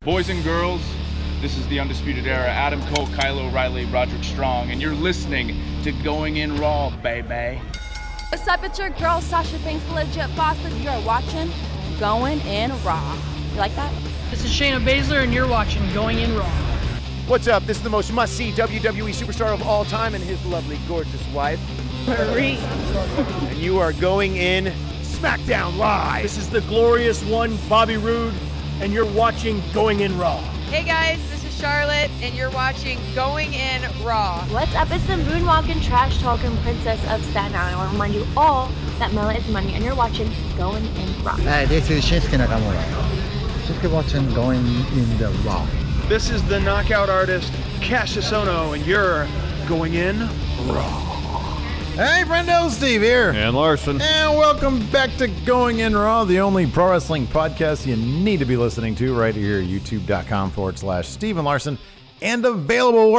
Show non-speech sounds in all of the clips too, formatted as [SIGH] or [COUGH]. Boys and girls, this is the Undisputed Era. Adam Cole, Kylo Riley, Roderick Strong, and you're listening to Going In Raw, baby. What's up? It's your girl Sasha Banks, the legit boss. If you are watching, going in raw. You like that? This is Shayna Baszler, and you're watching Going In Raw. What's up? This is the most must see WWE E superstar of all time and his lovely, gorgeous wife, Marie. and you are going in SmackDown Live. This is the glorious one, Bobby Roode, and you're watching Going In Raw. Hey guys, this is Charlotte, and you're watching Going In Raw. What's up? It's the moonwalking, trash talking princess of Staten Island. I want to remind you all that Mela is money, and you're watching Going in Raw. Hi, this is Shinsuke Nakamura. Shinsuke watching Going in the Raw. This is the knockout artist, Cassius Ono, and you're Going In Raw. Hey, friendo, Steve here. And Larson. And welcome back to Going In Raw, the only pro wrestling podcast you need to be listening to right here at youtube.com forward slash Steven Larson and available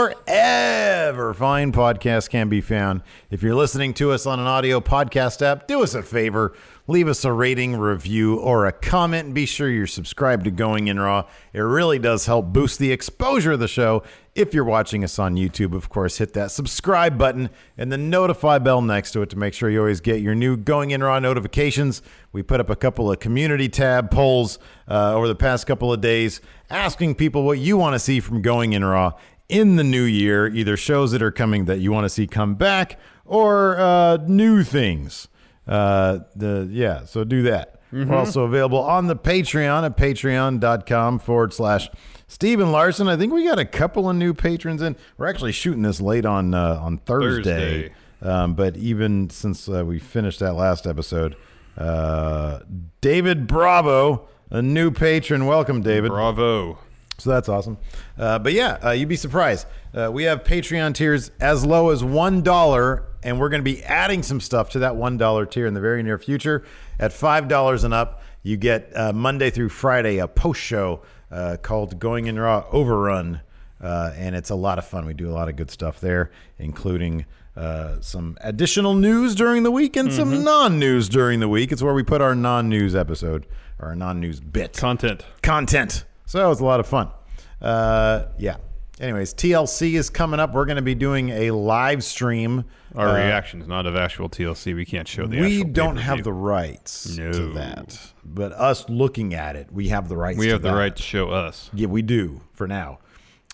wherever fine podcasts can be found. If you're listening to us on an audio podcast app, do us a favor. Leave us a rating, review, or a comment. And be sure you're subscribed to Going In Raw. It really does help boost the exposure of the show if you're watching us on YouTube, of course, hit that subscribe button and the notify bell next to it to make sure you always get your new Going In Raw notifications. We put up a couple of community tab polls uh, over the past couple of days asking people what you want to see from Going In Raw in the new year, either shows that are coming that you want to see come back or uh, new things. Uh, the yeah, so do that. Mm-hmm. We're also available on the Patreon at patreon.com forward slash Steven Larson. I think we got a couple of new patrons in. We're actually shooting this late on uh, on Thursday. Thursday. Um, but even since uh, we finished that last episode, uh, David Bravo, a new patron. Welcome, David. Bravo. So that's awesome. Uh, but yeah, you'd be surprised. Uh, we have Patreon tiers as low as $1 and we're going to be adding some stuff to that $1 tier in the very near future. At $5 and up, you get uh, Monday through Friday a post show uh, called Going in Raw Overrun, uh, and it's a lot of fun. We do a lot of good stuff there, including. uh, some additional news during the week and mm-hmm. some non-news during the week. It's where we put our non-news episode or our non-news bit content. Content. So it's a lot of fun. Uh, yeah, anyways, TLC is coming up. We're going to be doing a live stream. Our uh, reactions, not of actual TLC. We can't show the. We don't have view. the rights no. to that, but us looking at it, we have the rights. We have the that. right to show us. Yeah, we do for now.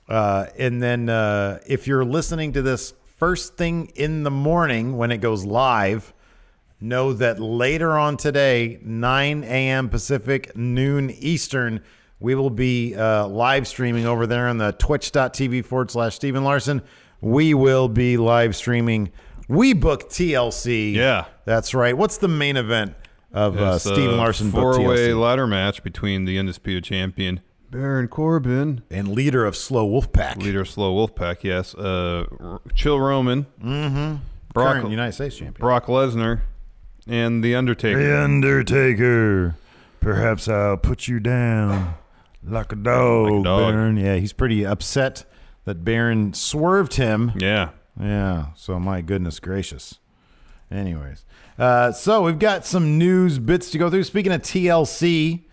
Uh, and then, uh, if you're listening to this first thing in the morning when it goes live. Know that later on today, 9 a.m. Pacific, noon Eastern, we will be uh, live streaming over there on the twitch.tv forward slash Stephen Larson. We will be live streaming. We book TLC. Yeah. That's right. What's the main event of uh, Stephen Larson Four way ladder match between the Undisputed Champion, Baron Corbin, and leader of Slow Wolfpack. Leader of Slow Wolfpack, yes. Uh, R- Chill Roman. Mm hmm. Brock, Current United States champion. Brock Lesnar and The Undertaker. The Undertaker. Perhaps I'll put you down. Like a dog, like a dog. Baron. Yeah, he's pretty upset that Baron swerved him. Yeah. Yeah. So my goodness gracious. Anyways, uh, so we've got some news bits to go through. Speaking of TLC,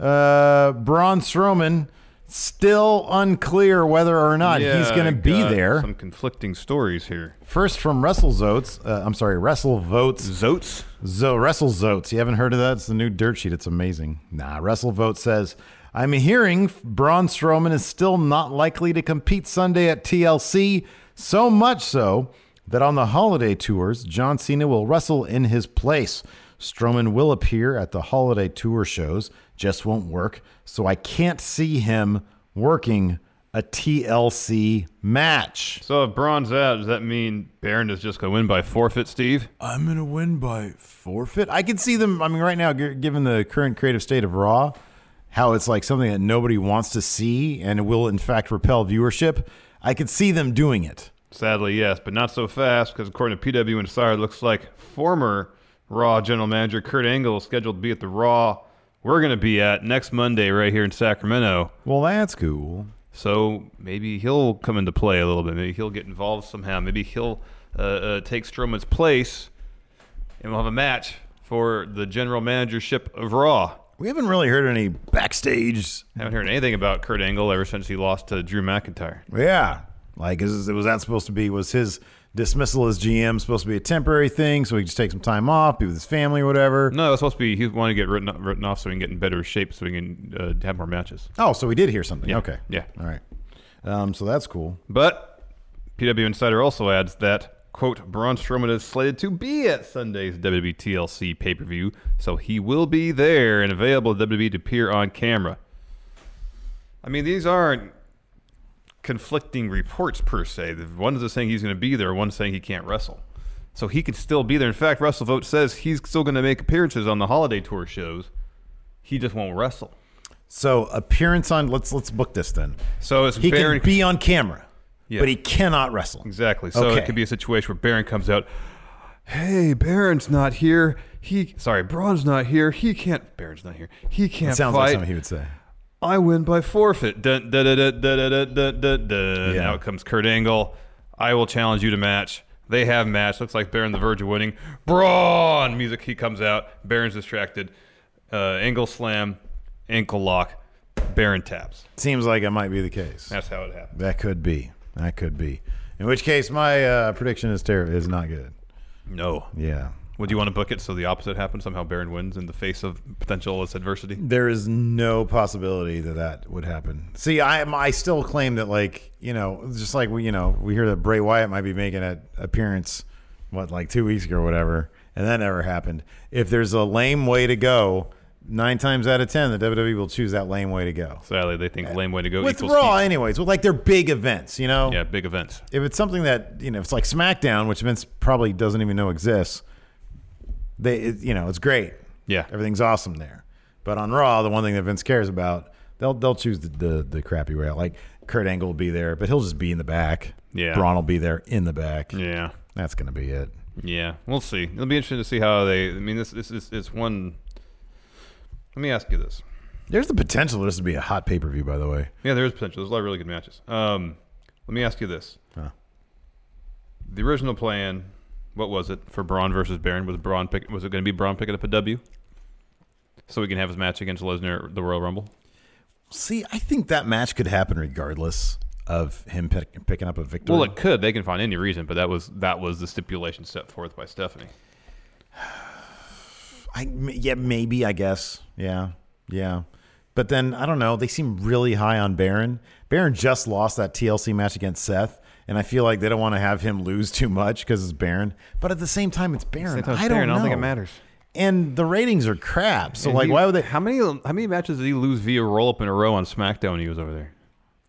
uh, Braun Strowman still unclear whether or not yeah, he's going to be there. Some conflicting stories here. First from WrestleZotes. Uh, I'm sorry, WrestleVotes. Zotes? Zo WrestleZotes. You haven't heard of that? It's the new dirt sheet. It's amazing. Nah, WrestleVote says I'm hearing Braun Strowman is still not likely to compete Sunday at TLC, so much so that on the holiday tours, John Cena will wrestle in his place. Strowman will appear at the holiday tour shows, just won't work, so I can't see him working a TLC match. So if Braun's out, does that mean Baron is just going to win by forfeit, Steve? I'm going to win by forfeit? I can see them, I mean, right now, given the current creative state of Raw how it's like something that nobody wants to see and will in fact repel viewership. I could see them doing it. Sadly, yes, but not so fast because according to PW Insider, it looks like former Raw general manager Kurt Angle is scheduled to be at the Raw we're going to be at next Monday right here in Sacramento. Well, that's cool. So maybe he'll come into play a little bit. Maybe he'll get involved somehow. Maybe he'll uh, uh, take Strowman's place, and we'll have a match for the general managership of Raw. We haven't really heard any backstage. Haven't heard anything about Kurt Angle ever since he lost to Drew McIntyre. Yeah, like is, was that supposed to be? Was his dismissal as GM supposed to be a temporary thing, so he could just take some time off, be with his family or whatever? No, it's supposed to be he wanted to get written, written off so he can get in better shape, so he can uh, have more matches. Oh, so we did hear something. Yeah. Okay. Yeah. All right. Um, so that's cool. But PW Insider also adds that, quote, Braun Strowman is slated to be at Sunday's E WWE TLC pay per view, so he will be there and available to WWE to appear on camera. I mean, these aren't conflicting reports per se. The One's just saying he's going to be there, one's saying he can't wrestle. So he could still be there. In fact, Russell Vote says he's still going to make appearances on the holiday tour shows. He just won't wrestle. So appearance on let's let's book this then. So it's he Baron- can be on camera, Yeah. but he cannot wrestle. Exactly. So Okay. it could be a situation where Baron comes out. Hey, Baron's not here. He sorry, Braun's not here. He can't. Baron's not here. He can't That sounds like fight. something he would say. I win by forfeit. Dun, dun, dun, dun, dun, dun, dun, dun, dun. Yeah. Now it comes Kurt Angle. I will challenge you to match. They have match. Looks like Baron the verge of winning. Braun music. He comes out. Baron's distracted. Uh, angle slam. Ankle lock. Baron taps. Seems like it might be the case. That's how it happened. That could be. That could be. In which case, my uh, prediction is ter- is not good. No. Yeah. Would you want to book it so the opposite happens? Somehow Baron wins in the face of potential adversity. There is no possibility that that would happen. See, I am. I still claim that, like you know, just like we, you know, we hear that Bray Wyatt might be making an appearance, what like two weeks ago or whatever, and that never happened. If there's a lame way to go, nine times out of ten, the WWE will choose that lame way to go. Sadly, they think lame way to go With equals Raw, anyways, with like their big events, you know. heat. Yeah, big events. If it's something that you know, if it's like SmackDown, which Vince probably doesn't even know exists. They, it, you know, it's great. Yeah. everything's awesome there. But on Raw, the one thing that Vince cares about, they'll they'll choose the the, the crappy route. Like Kurt Angle will be there, but he'll just be in the back. Yeah. Braun will be there in the back. Yeah. that's gonna be it. Yeah, we'll see. It'll be interesting to see how they. I mean, this this is it's one. Let me ask you this. There's the potential for this to be a hot pay per view, by the way. Yeah, there is potential. There's a lot of really good matches. Um, let me ask you this. Huh. The original plan, what was it for Braun versus Baron? Was Braun pick? Was it going to be Braun picking up a W? So we can have his match against Lesnar at the Royal Rumble. See, I think that match could happen regardless of him pick, picking up a victory. Well, it could. They can find any reason, but that was that was the stipulation set forth by Stephanie. I m- yeah, maybe I guess. Yeah, yeah. But then I don't know. They seem really high on Baron. Baron just lost that TLC match against Seth, and I feel like they don't want to have him lose too much because it's Baron. But at the same time, it's Baron. Same time, I don't Baron, I don't think it know. matters. And the ratings are crap. So And like, he- why would they? How many how many matches did he lose via roll up in a row on SmackDown? when He was over there.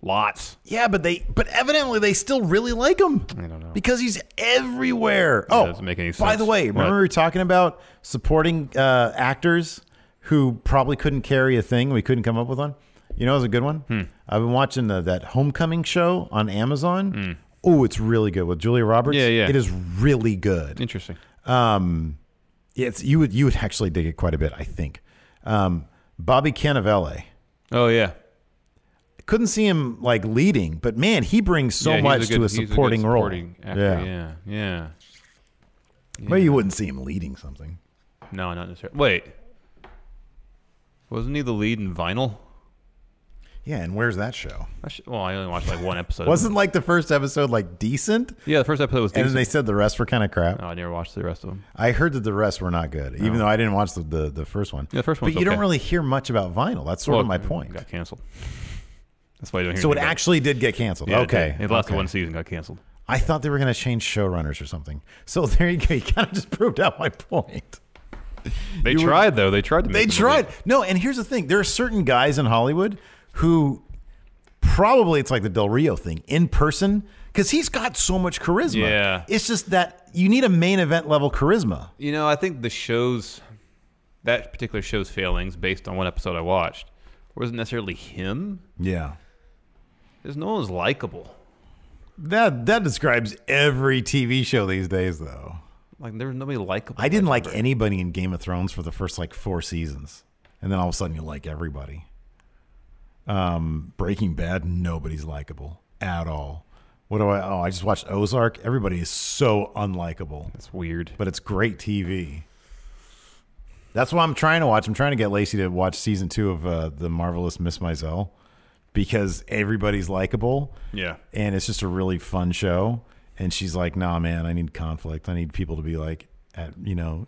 Lots. Yeah, but they. But evidently, they still really like him. I don't know because he's everywhere. Yeah, oh, that doesn't make any By sense. the way, remember What? we were talking about supporting uh, actors who probably couldn't carry a thing. We couldn't come up with one. You know, it was a good one. Hmm. I've been watching the, that Homecoming show on Amazon. Oh, it's really good with Julia Roberts. Hmm. Yeah, yeah. It is really good. Interesting. Um, yeah, it's, you would you would actually dig it quite a bit, I think. Um, Bobby Cannavale. Oh yeah. Couldn't see him like leading, but man, he brings so Yeah, he's much good- to a he's good supporting role. supporting actor, yeah. Yeah. Well, you wouldn't see him leading something. No, not necessarily. Wait. Wasn't he the lead in Vinyl? Yeah, and where's that show? I should, well, I only watched like one episode. Wasn't like the first episode like decent? Yeah, the first episode was And decent. then they said the rest were kind of crap. no, I never watched the rest of them. I heard that the rest were not good, even No. though I didn't watch the, the, the first one. Yeah, the first But one's you don't okay. really hear much about vinyl. That's sort of my Well, point. Got canceled. That's why I don't hear So it anything about actually did get canceled. Yeah, it okay. did. It lasted okay. one season, got canceled. I thought they were going to change showrunners or something. So [LAUGHS] there you go. You kind of just proved out my point. They You were- tried though. They tried to. They Make the tried. movie. No, and here's the thing: there are certain guys in Hollywood who probably it's like the Del Rio thing in person because he's got so much charisma. Yeah. it's just that you need a main event level charisma. You know, I think the show's that particular show's failings, based on one episode I watched, wasn't necessarily him. Yeah. There's no one's likable. That that describes every TV show these days, though. Like there was nobody likable. I didn't like anybody in Game of Thrones for the first like four seasons, and then all of a sudden you like everybody. Um, Breaking Bad, nobody's likable at all. What do I? Oh, I just watched Ozark. Everybody is so unlikable. That's weird, but it's great TV. That's what I'm trying to watch. I'm trying to get Lacey to watch season two of uh, the marvelous Miss Maisel because everybody's likable. Yeah. and it's just a really fun show. And she's like, "Nah, man, I need conflict. I need people to be like at you know,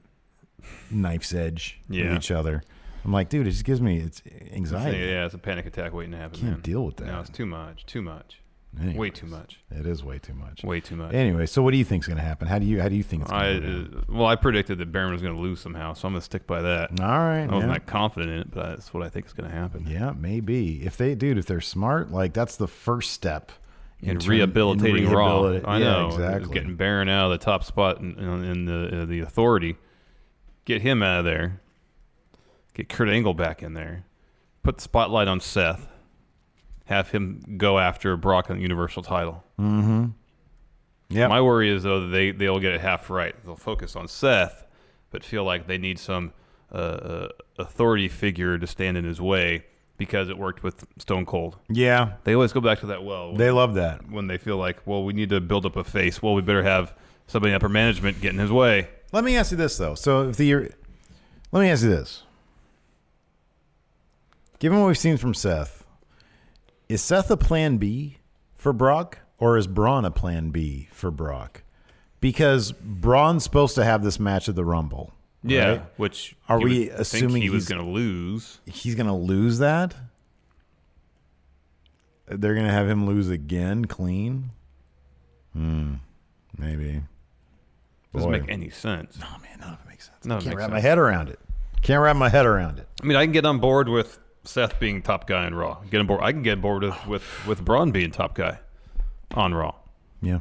knife's edge Yeah. with each other." I'm like, dude, it just gives me it's anxiety. Yeah, it's a panic attack waiting to happen. Can't man. deal with No, it's too much. Too much. Way Anyways. too much. It is way too much. Way too much. Anyway, so what do you think's going to happen? How do you how do you think it's going I to uh, well, I predicted that Barron was going to lose somehow, so I'm going to stick by that. All right, I was yeah. not confident in it, but that's what I think is going to happen. Yeah, maybe. If they dude, if they're smart, like that's the first step And turn- in rehabilitating Raw. rehabilita- I yeah, know exactly. Getting Baron out of the top spot in, in, in the uh, the authority. Get him out of there. Get Kurt Angle back in there. Put the spotlight on Seth. Have him go after Brock on the Universal title. Mm-hmm. Yeah. My worry is though that they they'll get it half right. They'll focus on Seth, but feel like they need some uh, uh, authority figure to stand in his way because it worked with Stone Cold. Yeah. They always go back to that well. They love that. When they feel like, well, we need to build up a face. Well, we better have somebody in upper management get in his way. Let me ask you this though. So if the let me ask you this. Given what we've seen from Seth, is Seth a plan B for Brock or is Braun a plan B for Brock? Because Braun's supposed to have this match at the Rumble. Yeah, right? which are you would we think assuming he was he's- going to lose? He's going to lose that? They're going to have him lose again clean? Hmm. Maybe. Doesn't Boy. make any sense. No man, none of it makes sense. No, Can't wrap my head around it. Can't wrap my head around it. I mean, I can get on board with Seth being top guy on Raw. Get on board. I can get on board with with, with Braun being top guy on Raw. Yeah.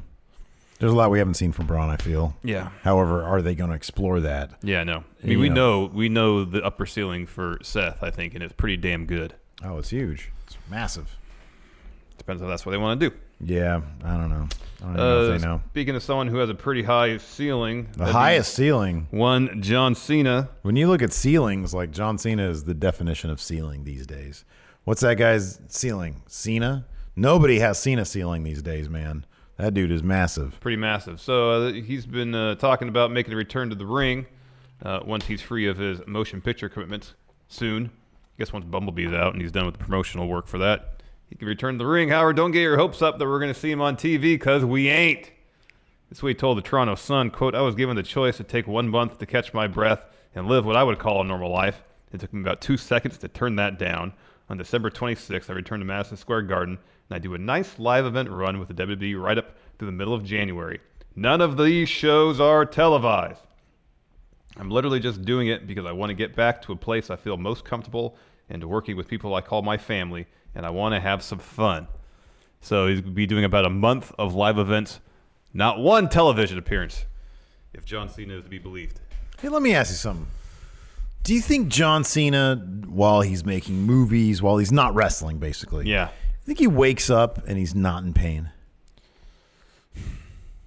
There's a lot we haven't seen from Braun, I feel. Yeah. However, are they going to explore that? Yeah, no. I mean, You we know. know we know the upper ceiling for Seth, I think, and it's pretty damn good. Oh, it's huge. It's massive. Depends on that's what they want to do. Uh, Yeah, I don't know. I don't even know if they know. Speaking of someone who has a pretty high ceiling, The highest ceiling. One John Cena. When you look at ceilings, like John Cena is the definition of ceiling these days. What's that guy's ceiling? Cena? Nobody has Cena ceiling these days, man. That dude is massive. pretty massive. So uh, he's been uh, talking about making a return to the ring uh, once he's free of his motion picture commitments soon. I guess once Bumblebee's out and he's done with the promotional work for that, he can return to the ring. Howard, don't get your hopes up that we're going to see him on TV because we ain't. This way he told the Toronto Sun, quote, I was given the choice to take one month to catch my breath and live what I would call a normal life. It took me about two seconds to turn that down. On December 26th, I returned to Madison Square Garden and I do a nice live event run with the WWE right up through the middle of January. None of these shows are televised. I'm literally just doing it because I want to get back to a place I feel most comfortable and to working with people I call my family, and I want to have some fun. So he's going to be doing about a month of live events, not one television appearance, if John Cena is to be believed. Hey, let me ask you something. Do you think John Cena, while he's making movies, while he's not wrestling, basically, Yeah. I think he wakes up and he's not in pain.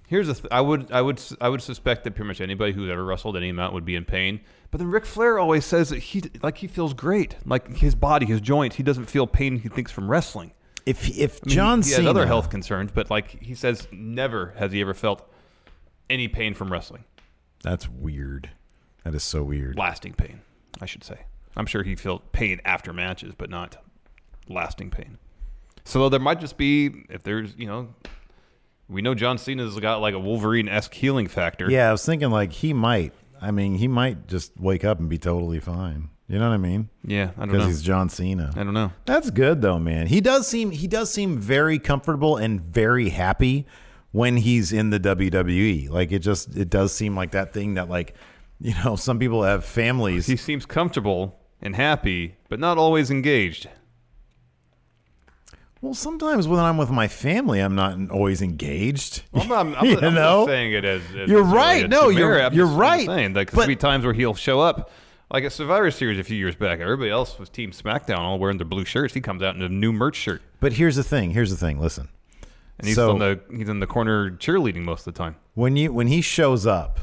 Here's the th- I would I would s- I would suspect that pretty much anybody who's ever wrestled any amount would be in pain. But then Ric Flair always says that he like he feels great, like his body, his joints, he doesn't feel pain. He thinks from wrestling. If if I mean, John he has other Cena- health concerns, but like he says, never has he ever felt any pain from wrestling, That's weird. That is so weird. lasting pain, I should say. I'm sure he felt pain after matches, but not lasting pain. So there might just be if there's you know, we know John Cena's got like a Wolverine esque healing factor. Yeah, I was thinking like he might. I mean, he might just wake up and be totally fine. You know what I mean? Yeah, I don't know. Because he's John Cena. I don't know. That's good though, man. He does seem he does seem very comfortable and very happy when he's in the WWE. Like it just it does seem like that thing that like you know some people have families. He seems comfortable and happy, but not always engaged. Well, sometimes when I'm with my family, I'm not always engaged. I'm not, [LAUGHS] I'm, You not- I'm know? not saying it as. as You're necessarily right. a No, demerit. you're- I'm you're just- I'm right. saying like, there's be times where he'll show up Like at Survivor Series a few years back, everybody else was Team SmackDown all wearing their blue shirts. He comes out in a new merch shirt, But here's the thing. Here's the thing. Listen. and he's So- in the he's in the corner cheerleading most of the time. when you when he shows up,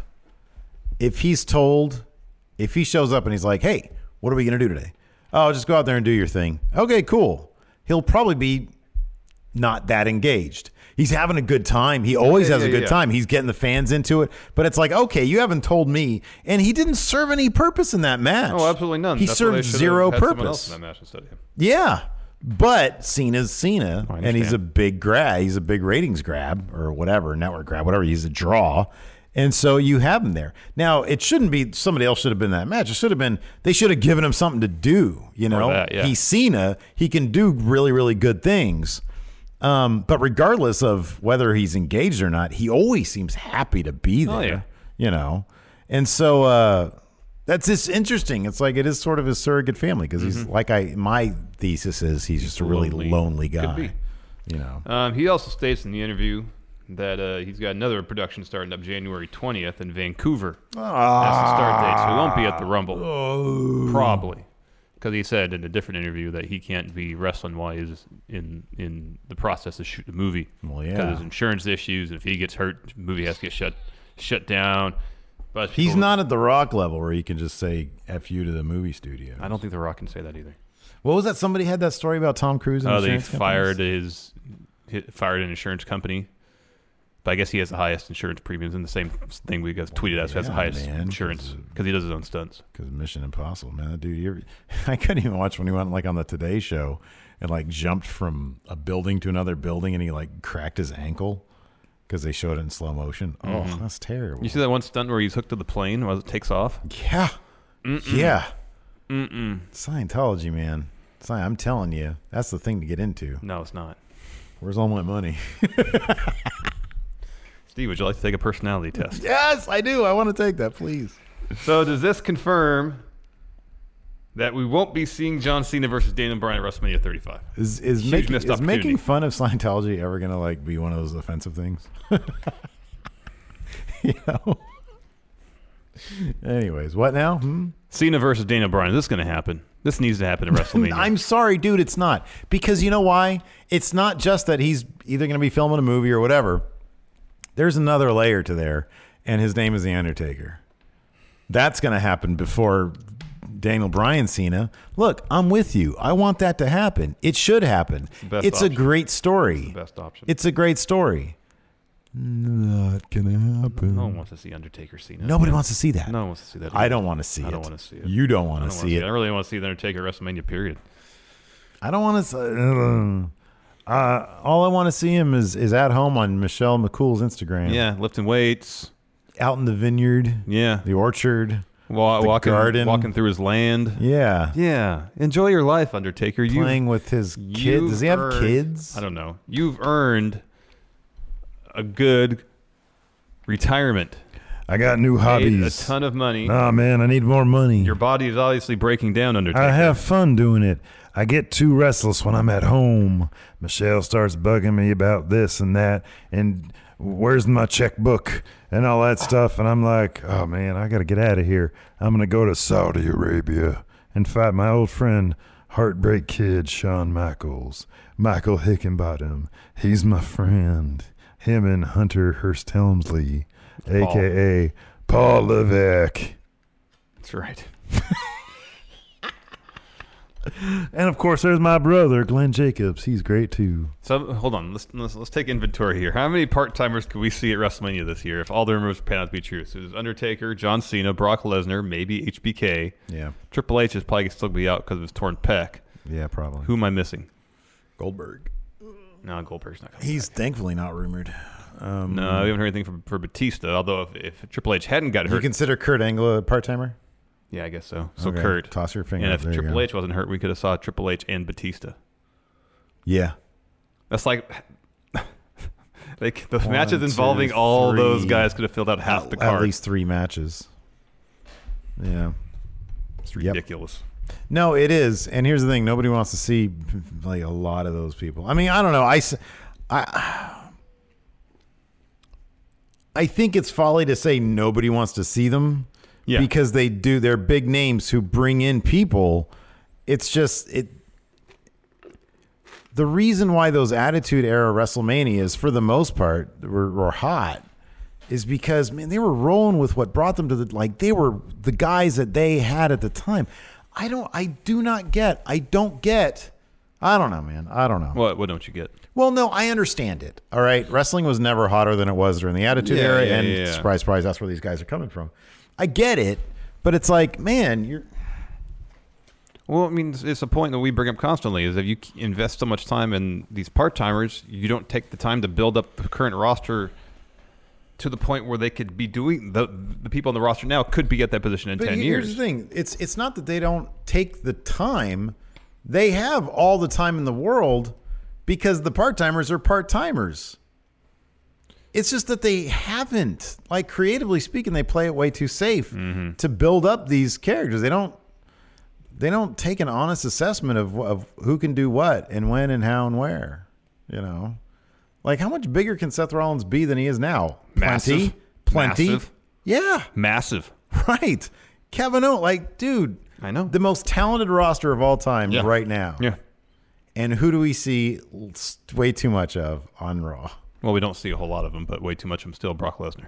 if he's told, if he shows up and he's like, "Hey, what are we gonna do today?" Oh, just go out there and do your thing. Okay, cool. He'll probably be not that engaged. He's having a good time. He always Yeah, has a yeah, good yeah. time. He's getting the fans into it. But it's like, okay, you haven't told me, and he didn't serve any purpose in that match. Oh, absolutely none. He That's why they served should've zero had someone else purpose. in that match instead of him. Yeah. But Cena's Cena, and he's a big grab. He's a big ratings grab or whatever, network grab, whatever. He's a draw. And so you have him there. Now, it shouldn't be somebody else should have been in that match. It should have been, they should have given him something to do. You know, that, yeah. he's Cena. He can do really, really good things. Um, but regardless of whether he's engaged or not, he always seems happy to be there. Oh, yeah. You know, and so uh, that's just interesting. It's like it is sort of his surrogate family because he's Mhm. like I. My thesis is he's just a really lonely, Lonely. Could guy. be. You know. Um, he also states in the interview that uh, he's got another production starting up January 20th in Vancouver. That's the start date, so he won't be at the Rumble. Oh. Probably. Because he said in a different interview that he can't be wrestling while he's in, in the process of shooting the movie. Well, yeah. Because his insurance issues, and if he gets hurt, the movie has to get shut shut down. But He's not at the rock level where you can just say "f you" to the movie studio. I don't think The Rock can say that either. What was that? Somebody had that story about Tom Cruise. and Oh, they insurance companies? fired his, hi fired an insurance company. But I guess he has the highest insurance premiums, and the same thing we guys tweeted out so he has the yeah, highest man, insurance because he does his own stunts. Because Mission Impossible, man, that dude, you're, [LAUGHS] I couldn't even watch when he went like on the Today Show and like jumped from a building to another building and he like cracked his ankle because they showed it in slow motion. Oh, Mhm. that's terrible. You see that one stunt where he's hooked to the plane while it takes off? Yeah. Yeah. Mm-mm. Scientology, man. Sci- I'm telling you, that's the thing to get into. No, it's not. Where's all my money? [LAUGHS] Steve, would you like to take a personality test? yes, I do. I want to take that, please. [LAUGHS] So does this confirm that we won't be seeing John Cena versus Daniel Bryan at WrestleMania 35? Is is, Huge making, missed is opportunity. making fun of Scientology ever gonna like be one of those offensive things? [LAUGHS] you know. [LAUGHS] Anyways, what now? Hmm? Cena versus Daniel Bryan. This is going to happen. This needs to [LAUGHS] happen at WrestleMania. I'm sorry, dude, it's not. Because you know why? It's not just that he's either going to be filming a movie or whatever. There's another layer to there, and his name is The Undertaker. That's going to happen before Daniel Bryan Cena. Look, I'm with you. I want that to happen. It should happen. It's, the best a option. great story. the best option. It's a great story. Not going to happen. No one wants to see Undertaker Cena. Nobody wants to see that. No one wants to see that. I don't want to see I don't it. want to see it. You don't want I to wanna see it. I really want to see the Undertaker at WrestleMania. Period. I don't want to. Uh, uh, all I want to see him is is at home on Michelle McCool's Instagram. Yeah, lifting weights. out in the vineyard, Yeah, the orchard, Wa- the walking, garden. walking through his land. Yeah, Yeah, enjoy your life, Undertaker. You've- playing with his kids. you've Does he have earned- kids? I don't know. You've earned a good retirement. I got new Made hobbies. A ton of money. Nah, man, I need more money. Your body is obviously breaking down, Undertaker. I have fun doing it. I get too restless when I'm at home. Michelle starts bugging me about this and that, and where's my checkbook and all that stuff. And I'm like, oh man, I got to get out of here. I'm going to go to Saudi Arabia and fight my old friend, Heartbreak Kid Shawn Michaels. Michael Hickenbottom. He's my friend. Him and Hunter Hurst Helmsley, Paul. aka Paul Levesque. That's right. And of course, there's my brother, Glenn Jacobs. He's great too. So hold on, let's, let's let's take inventory here. How many part timers could we see at WrestleMania this year if all the rumors pan out to be true? So there's Undertaker, John Cena, Brock Lesnar, maybe HBK. Yeah. Triple H is probably gonna still be out because of his torn pec. Yeah, probably. Who am I missing? Goldberg. No, Goldberg's not. Coming. He's thankfully not rumored. Um, No, we haven't heard anything from for Batista. Although if, if Triple H hadn't got you hurt, consider Kurt Angle a part timer? yeah, I guess so. So Okay, Kurt, toss your finger And up, if there you Triple go. H wasn't hurt, we could have saw Triple H and Batista. Yeah, That's like. [LAUGHS] Like the One, matches two, involving all those three. guys could have filled out half the card. at least three matches. Yeah. it's ridiculous. No, it is. And here's the thing: nobody wants to see like a lot of those people. I mean, I don't know. I, s- I- I think it's folly to say nobody wants to see them Yeah. because they do. They're big names who bring in people. It's just it. The reason why those Attitude Era WrestleManias, for the most part, were, were hot, is because man, they were rolling with what brought them to the like. They were the guys that they had at the time. I don't. I do not get. I don't get. I don't know, man. I don't know. What? What don't you get? Well, no, I understand it. All right. Wrestling was never hotter than it was during the Attitude Yeah, Era. yeah, and yeah, yeah. surprise, surprise, that's where these guys are coming from. I get it, but it's like, man, you're. Well, I mean, it's- it's a point that we bring up constantly: is if you invest so much time in these part timers, you don't take the time to build up the current roster to the point where they could be doing the the people on the roster now could be at that position in but ten he- years. Here's the thing: it's it's not that they don't take the time; they have all the time in the world because the part timers are part timers. It's just that they haven't, like creatively speaking, they play it way too safe Mm-hmm. to build up these characters. They don't they don't take an honest assessment of of who can do what and when and how and where. You know, like how much bigger can Seth Rollins be than he is now? Massive. plenty, plenty. Massive. Yeah, Massive. Right. Kevin Owens, like, dude. I know. The most talented roster of all time Yeah. right now. Yeah. And who do we see l- s- way too much of on Raw? Well, we don't see a whole lot of them, but way too much of them still. Brock [LAUGHS] Lesnar.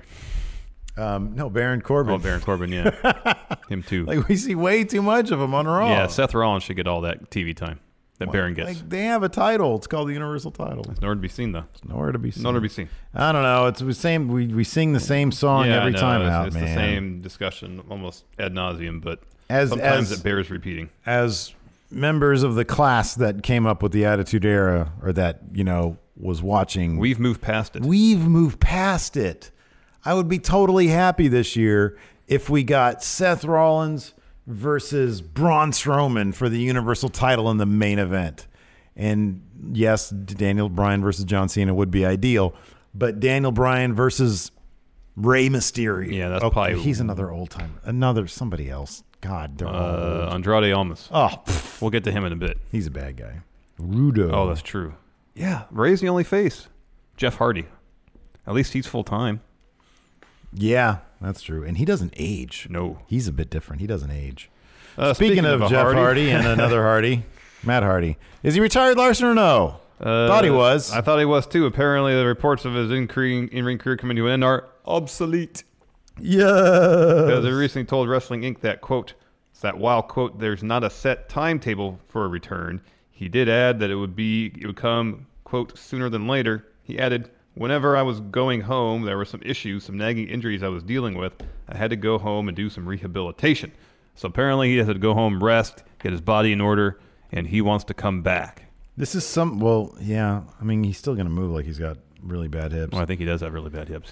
Um, no, Baron Corbin. Oh, Baron Corbin, yeah. Him [LAUGHS] too. Like, we see way too much of him on Raw. Yeah, Seth Rollins should get all that TV time that Baron gets. Like, they have a title. It's called the Universal title. It's nowhere to be seen, though. nowhere to be seen. Nowhere to be seen. I don't know. It's the same. We, we sing the same song Yeah, I every know. time it's, out, it's man. the same discussion almost ad nauseum, but As- sometimes as- it bears repeating. as members of the class that came up with the Attitude Era or that, you know, was watching. We've moved past it. We've moved past it. I would be totally happy this year if we got Seth Rollins versus Braun Strowman for the Universal title in the main event. And yes, Daniel Bryan versus John Cena would be ideal, but Daniel Bryan versus Ray Mysterio. Yeah, that's probably he's another old timer. Another somebody else. God, they're all Uh, old. Andrade Almas. Oh, we'll get to him in a bit. He's a bad guy. Rudo. Oh, that's true. Yeah, Ray's the only face. Jeff Hardy. At least he's full time. Yeah, that's true. And he doesn't age. No. He's a bit different. He doesn't age. Uh, speaking, speaking of, of a Jeff Hardy. Hardy. and another [LAUGHS] Hardy, Matt Hardy. Is he retired, Larson, or no? thought he was. uh, I thought he was too. Apparently, the reports of his in ring career coming to an end are obsolete. Because they yeah. recently told Wrestling Inc. that, quote, it's that while, quote, there's not a set timetable for a return, he did add that it would be, it would come, quote, sooner than later. He added, whenever I was going home, there were some issues, some nagging injuries I was dealing with. I had to go home and do some rehabilitation. So apparently he has to go home, rest, get his body in order, and he wants to come back. This is some. Well, yeah. I mean, he's still going to move like he's got really bad hips. Well, I think he does have really bad hips.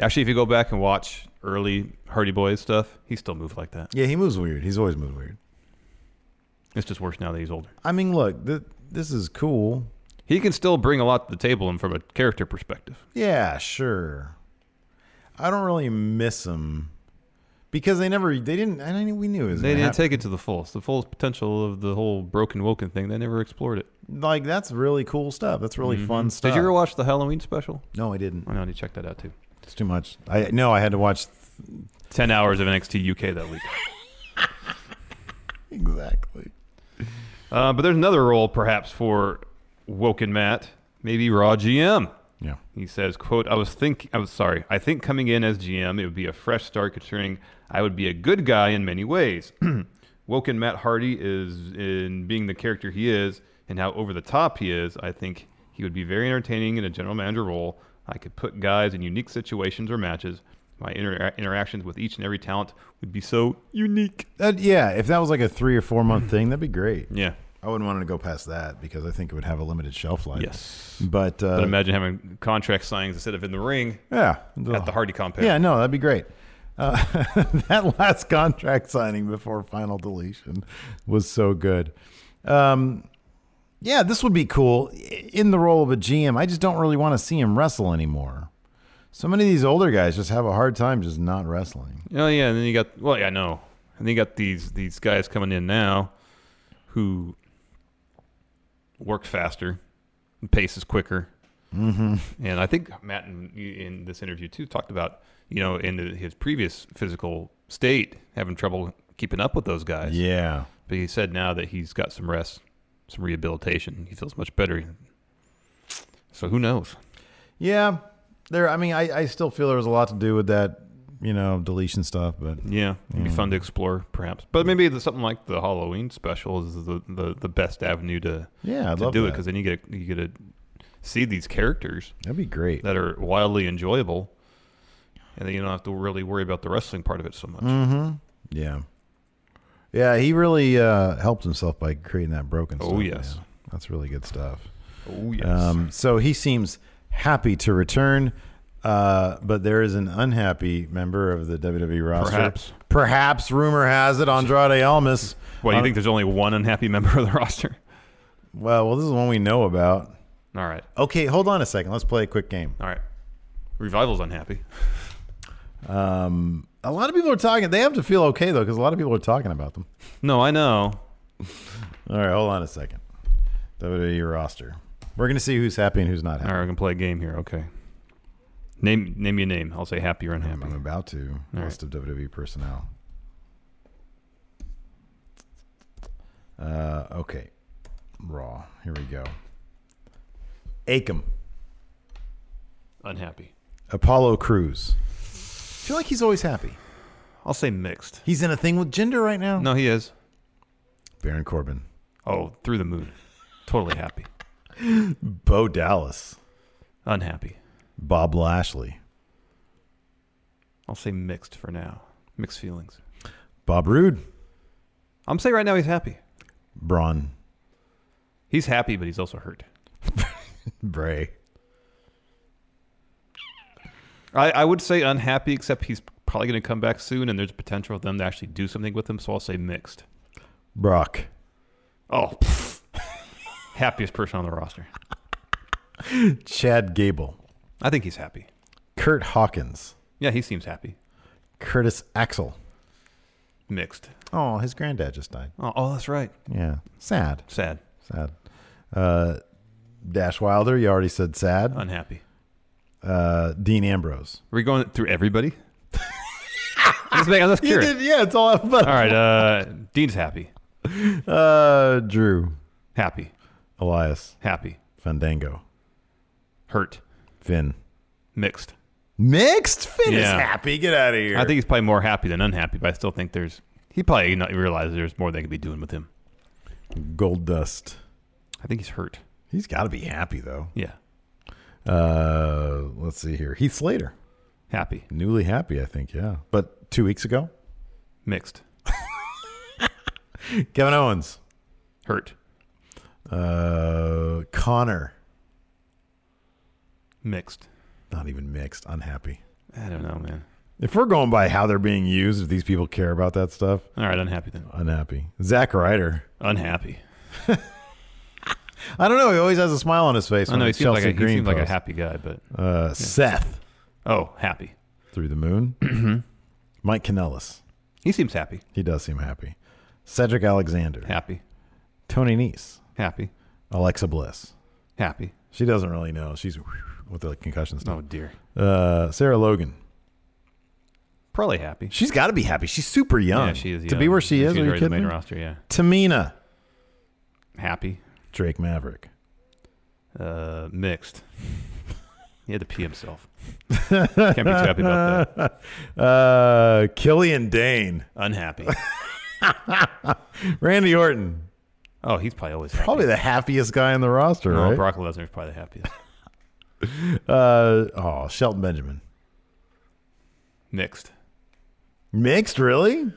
Actually, if you go back and watch early Hardy Boys stuff, he still moved like that. Yeah, he moves weird. He's always moved weird. It's just worse now that he's older. I mean, look, th- this is cool. He can still bring a lot to the table and from a character perspective. Yeah, sure. I don't really miss him because they never. They didn't. I mean, we knew it was They gonna didn't happen. take it to the fullest. The fullest potential of the whole Broken Woken thing, they never explored it. Like that's really cool stuff. That's really Mhm. fun stuff. Did you ever watch the Halloween special? No, I didn't. I know, I need to check that out too. It's too much. I no, I had to watch 10 hours of NXT UK that [LAUGHS] week. exactly. Uh, but there's another role, perhaps, for Woken Matt, maybe Raw GM. Yeah. He says, quote, I was think I was sorry. I think coming in as GM, it would be a fresh start considering I would be a good guy in many ways. [CLEARS THROAT] Woken Matt Hardy is in being the character he is and how over the top he is, I think he would be very entertaining in a general manager role. I could put guys in unique situations or matches. My inter- interactions with each and every talent would be so unique. That, yeah, if that was like a three or four month thing, that'd be great. Yeah. I wouldn't want to go past that because I think it would have a limited shelf life. Yes, but, uh, but imagine having contract signings instead of in the ring. yeah At the Hardy compound. Yeah, no, that'd be great. Uh, [LAUGHS] that last contract signing before final deletion was so good. Um, yeah, this would be cool in the role of a GM. I just don't really want to see him wrestle anymore. So many of these older guys just have a hard time just not wrestling. Oh yeah, and then you got well, yeah, no, and then you got these these guys coming in now who work faster, the pace is quicker, Mm-hmm. and I think Matt in, in this interview too talked about you know in his previous physical state having trouble keeping up with those guys. Yeah. but he said now that he's got some rest, some rehabilitation, he feels much better. So who knows? Yeah, there. I mean, I, I still feel there was a lot to do with that, you know, deletion stuff. But Yeah, it'd be fun to explore, perhaps. But maybe the, something like the Halloween special is the, the, the best avenue to Yeah, I'd to love do it that. because then you get you get to see these characters. That'd be great. That are wildly enjoyable, and then you don't have to really worry about the wrestling part of it so much. Mm-hmm. Yeah. Yeah, he really uh, helped himself by creating that broken. Oh, stuff, yes. man. that's really good stuff. Oh yes. Um, so he seems happy to return, uh, but there is an unhappy member of the WWE roster. Perhaps. Perhaps rumor has it Andrade Almas. Well, you think there's only one unhappy [LAUGHS] member of the roster? Well, well, this is one we know about. All right. Okay, hold on a second. Let's play a quick game. All right. Revival's unhappy. Um, a lot of people are talking. They have to feel okay though, because a lot of people are talking about them. No, I know. All right, hold on a second. WWE roster. We're gonna see who's happy and who's not happy. All right, we're gonna play a game here. Okay. Name name your name. I'll say happy or unhappy. I'm about to. All right. List of WWE personnel. Uh, okay, Raw. Here we go. Akam, Unhappy. Apollo Cruz. I feel like he's always happy. I'll say mixed. He's in a thing with gender right now. No, he is. Baron Corbin. Oh, through the moon. Totally happy. Bo Dallas. Unhappy. Bob Lashley. I'll say mixed for now. Mixed feelings. Bob Roode. I'm saying right now he's happy. Braun He's happy, but he's also hurt. Bray. I, I would say unhappy, except he's probably going to come back soon, and there's potential of them to actually do something with him. So I'll say mixed. Brock. Oh, pff. happiest person on the roster. Chad Gable. I think he's happy. Kurt Hawkins. Yeah, he seems happy. Curtis Axel. Mixed. Oh, his granddad just died. Oh, oh that's right. Yeah. Sad. Sad. Sad. Uh, Dash Wilder, you already said sad. Unhappy. Uh, Dean Ambrose. Are we going through everybody? [LAUGHS] I'm just, making- I'm just You curious. did- yeah, it's all All right. Uh, Dean's happy. [LAUGHS] Uh, Drew. Happy. Elias. Happy. Fandango. Hurt. Finn. Mixed. Mixed? Finn is Yeah. happy. Get out of here. I think he's probably more happy than unhappy, but I still think there's he probably not realizes there's more they could be doing with him. Gold Dust. I think he's hurt. He's got to be happy, though. Yeah. Uh, let's see here. Heath Slater. Happy. Newly happy, I think, yeah. But two weeks ago? Mixed. Kevin Owens. Hurt. Uh, Connor. Mixed. Not even mixed. Unhappy. I don't know, man. If we're going by how they're being used, if these people care about that stuff, All right, unhappy then. unhappy. Zack Ryder. Unhappy. I don't know. He always has a smile on his face. I know when he seems like Chelsea a, he Green seems like a posts. happy guy, but Uh, Seth. oh, happy. Through the [CLEARS THROAT] moon. Mike Kanellis. He seems happy. He does seem happy. Cedric Alexander. Happy. Tony Nese. Happy. Alexa Bliss. Happy. She doesn't really know. She's with the concussion stuff. Oh dear. Uh, Sarah Logan. Probably happy. She's got to be happy. She's super young. Yeah, she is To be young. where she is, She's are you already the kidding main me? roster, yeah. Tamina. Happy. Drake Maverick. Uh, mixed. he had to pee himself. Can't be too happy about that. Uh, Killian Dane. Unhappy. Randy Orton. Oh, he's probably always happy. Probably the happiest guy on the roster, no, right? Brock Lesnar's probably the happiest. Uh, oh, Shelton Benjamin. Mixed. Mixed, really?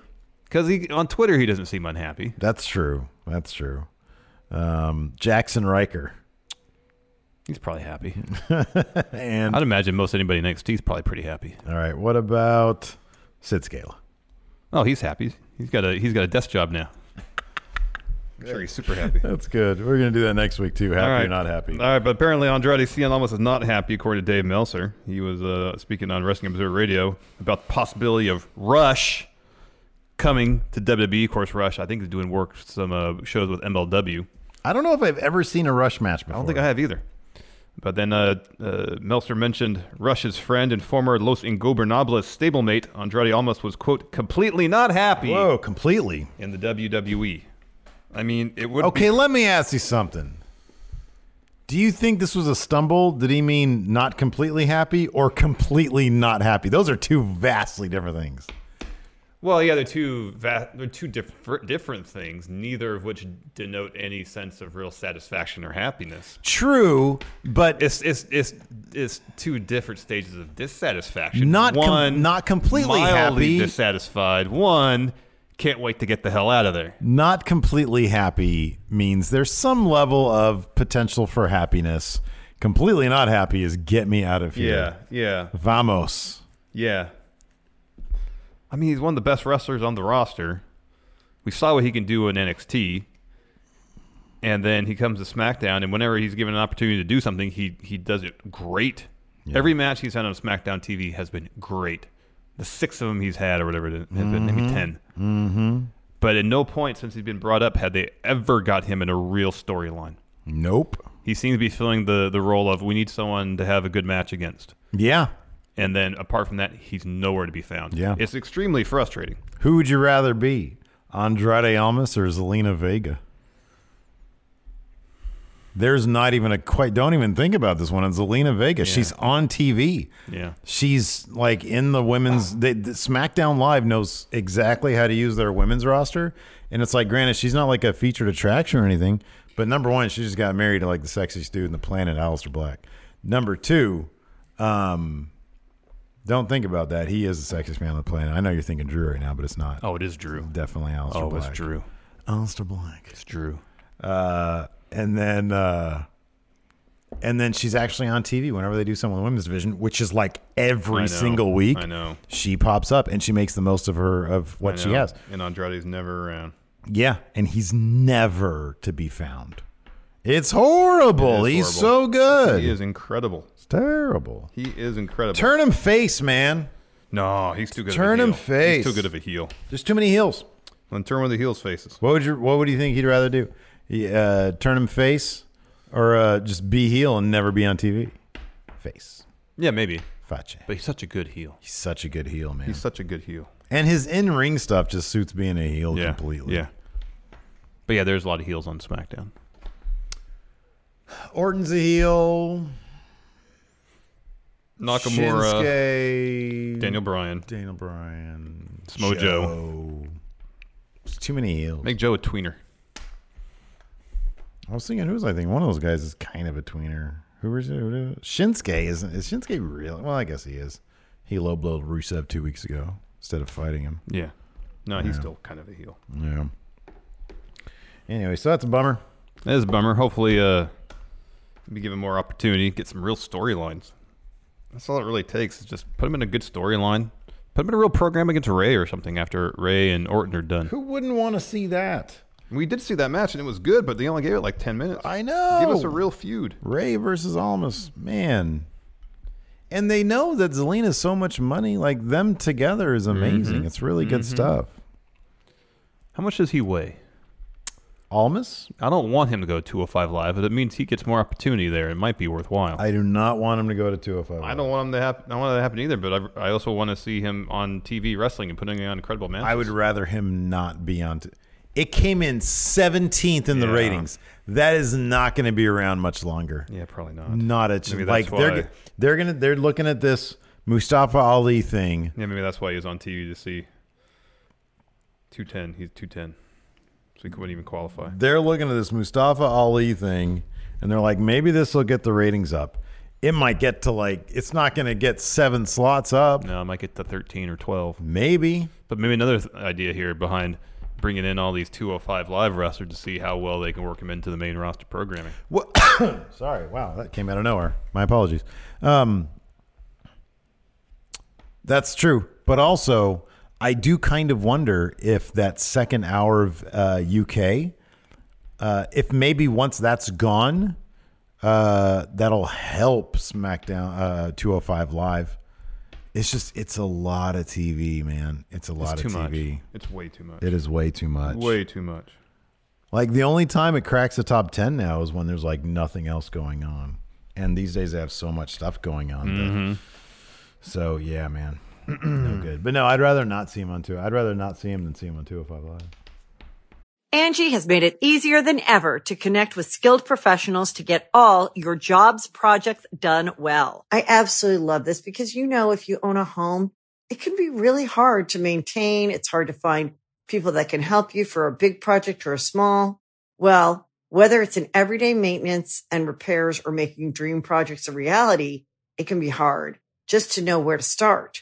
Because he on Twitter he doesn't seem unhappy. That's true. That's true. Um, Jackson Riker. He's [LAUGHS] probably happy. and I'd imagine most anybody next to you's probably pretty happy. all right, what about Sid Scala. Oh, he's happy. He's got a he's got a desk job now. I'm sure he's super happy. That's good. We're going to do that next week, too. Happy or not happy. All right, Uh, but apparently Andrade Cien Almas is not happy, according to Dave Meltzer. He was uh, speaking on Wrestling Observer Radio about the possibility of Rush coming to WWE. Of course, Rush, I think, is doing work some uh, shows with MLW. I don't know if I've ever seen a Rush match before. I don't think I have either. But then uh, uh, Meltzer mentioned Rush's friend and former Los Ingobernables stablemate Andrade Almas was quote completely not happy. Whoa, completely in the WWE. I mean, it would Okay, be- let me ask you something. Do you think this was a stumble? Did he mean not completely happy or completely not happy? Those are two vastly different things. Well, yeah, they're two va- they're two different different things, neither of which denote any sense of real satisfaction or happiness. True, but it's it's it's, it's two different stages of dissatisfaction. Not com- one not completely mildly happy. dissatisfied. One can't wait to get the hell out of there. Not completely happy means there's some level of potential for happiness. Completely not happy is get me out of here. Yeah, yeah. Vamos. Yeah. I mean, he's one of the best wrestlers on the roster. We saw what he can do in NXT. And then he comes to SmackDown, and whenever he's given an opportunity to do something, he, he does it great. Every match he's had on SmackDown TV has been great. The six of them he's had, or whatever it is, has been, maybe 10. Mm-hmm. But at no point since he's been brought up had they ever got him in a real storyline. Nope. He seems to be filling the, the role of we need someone to have a good match against. Yeah. And then apart from that, he's nowhere to be found. Yeah. It's extremely frustrating. Who would you rather be, Andrade Almas or Zelina Vega? There's not even a quite. Don't even think about this one. It's Zelina Vega. She's on TV. Yeah. She's like in the women's. They, the SmackDown Live knows exactly how to use their women's roster, and it's like, granted, she's not like a featured attraction or anything, but number one, she just got married to like the sexiest dude in the planet, Aleister Black. Number two, um, don't think about that. He is the sexiest man on the planet. I know you're thinking Drew right now, but it's not. Oh, it is Drew. Definitely Aleister Oh, Black. it's Drew. Aleister Black. It's Drew. Uh, and then uh, and then she's actually on TV whenever they do something in the women's division, which is like every I know, single week. I know. She pops up and she makes the most of her of what I she know. has. And Andrade's never around. Yeah, and he's never to be found. It's horrible. It is he's horrible. so good. He is incredible. It's terrible. He is incredible. Turn him face, man. No, he's too good. Turn of a him heel. face. He's too good of a heel. There's too many heels. Then turn one of the heels' faces. What would you What would you think he'd rather do? He, Uh, turn him face, or uh, just be heel and never be on TV? Face. Yeah, maybe. Fache. But he's such a good heel. He's such a good heel, man. He's such a good heel. And his in ring stuff just suits being a heel completely. Yeah. But yeah, there's a lot of heels on SmackDown. Orton's a heel. Nakamura, Shinsuke, Daniel Bryan, Daniel Bryan, Smojo. Joe. It's too many heels. Make Joe a tweener. I was thinking, who was I thinking? One of those guys is kind of a tweener. Who is it? Who- Shinsuke isn't. Is Shinsuke real? Well, I guess he is. He low blowed Rusev two weeks ago instead of fighting him. Yeah. No, he's Yeah. still kind of a heel. Yeah. Anyway, so that's a bummer. That is a bummer. Hopefully, uh, be given more opportunity, get some real storylines. That's all it really takes is just put him in a good storyline. Put him in a real program against Ray or something after Ray and Orton are done. Who wouldn't want to see that? We did see that match and it was good, but they only gave it like 10 minutes. I know. Give us a real feud. Ray versus Almas, man. And they know that Zelina's so much money. Like them together is amazing. Mhm. It's really good Mhm. stuff. How much does he weigh? Almas? I don't want him to go 205 Live, but it means he gets more opportunity there. It might be worthwhile. I do not want him to go to 205. I don't want him to happen. I want that to happen either, but I, I also want to see him on TV wrestling and putting on incredible matches. I would rather him not be on. T- it came in 17th in the Yeah. ratings. That is not going to be around much longer. Yeah, probably not. Not a ch- Maybe like that's they're why- g- they're gonna they're looking at this Mustafa Ali thing. Yeah, maybe that's why he was on TV to see. 210. He's 210. So he wouldn't even qualify. They're looking at this Mustafa Ali thing, and they're like, maybe this will get the ratings up. It might get to like it's not going to get seven slots up. No, I might get to 13 or 12. Maybe. But maybe another th- idea here behind bringing in all these 205 live wrestlers to see how well they can work them into the main roster programming. Sorry, wow, that came out of nowhere. My apologies. Um, that's true, but also I do kind of wonder if that second hour of uh, UK, uh, if maybe once that's gone, uh, that'll help SmackDown uh, 205 Live. It's just, it's a lot of TV, man. It's a lot too of much. TV. It's way too much. It is way too much. Way too much. Like the only time it cracks the top 10 now is when there's like nothing else going on. And these days they have so much stuff going on. that- Mhm. so yeah, man. [CLEARS THROAT] no good. But no, I'd rather not see him on two. I'd rather not see him than see him on 205 Live. Angie has made it easier than ever to connect with skilled professionals to get all your jobs projects done well. I absolutely love this because, you know, if you own a home, it can be really hard to maintain. It's hard to find people that can help you for a big project or a small. Well, whether it's in everyday maintenance and repairs or making dream projects a reality, it can be hard just to know where to start.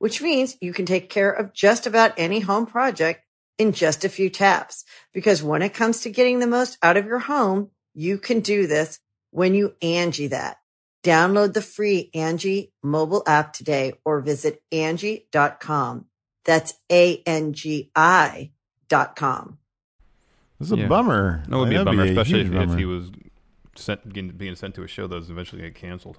which means you can take care of just about any home project in just a few taps. Because when it comes to getting the most out of your home, you can do this when you Angie that. Download the free Angie mobile app today or visit Angie.com. That's A-N-G-I dot com. This is a bummer. No, it would be a That'd bummer, especially huge if, bummer. if he was sent, getting, being sent to a show that was eventually going to get canceled.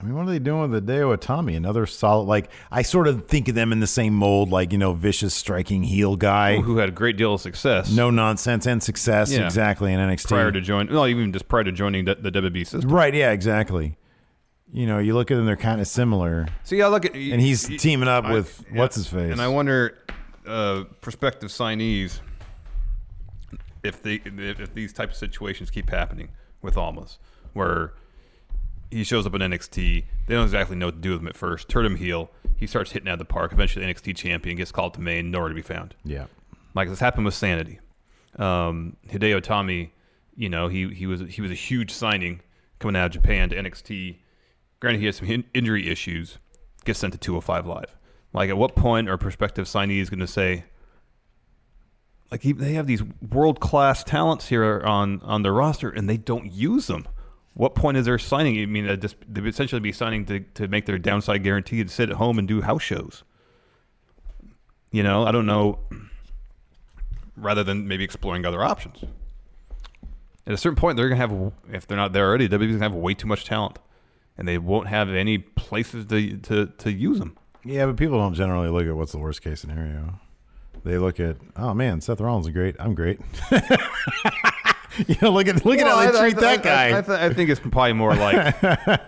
I mean, what are they doing with the Deo Atami? Another solid, like, I sort of think of them in the same mold, like, you know, vicious striking heel guy. Who had a great deal of success. No nonsense and success, Yeah. exactly, in NXT. Prior to join, well, even just prior to joining the, the WWE system. right, yeah, exactly. You know, you look at them, they're kind of similar. See, I look at And he's teaming up with yeah. what's his face? and I wonder, uh, prospective signees, if they if, if these type of situations keep happening with Almas, where he shows up in NXT, they don't exactly know what to do with him at first. Turn him heel, he starts hitting out of the park. Eventually, the NXT champion gets called to Maine, nowhere to be found. Yeah. like this happened with Sanity. Um, Hideo Tommy, you know, he he was he was a huge signing coming out of Japan to NXT. Granted, he had some in- injury issues, gets sent to 205 Live. Like, at what point are prospective signees going to say, like, even they have these world class talents here on on their roster and they don't use them? What point is their signing? I mean, uh, just, they'd essentially be signing to, to make their downside guarantee to sit at home and do house shows. You know, I don't know. Rather than maybe exploring other options. At a certain point, they're going to have, if they're not there already, WWE's going to have way too much talent, and they won't have any places to to, to use them. Yeah, but people don't generally look at what's the worst case scenario. They look at, oh man, Seth Rollins is great. I'm great. [LAUGHS] you know, look at look Well, at how they I- I- treat that I- guy. I, I, th- I think it's probably more like, [LAUGHS]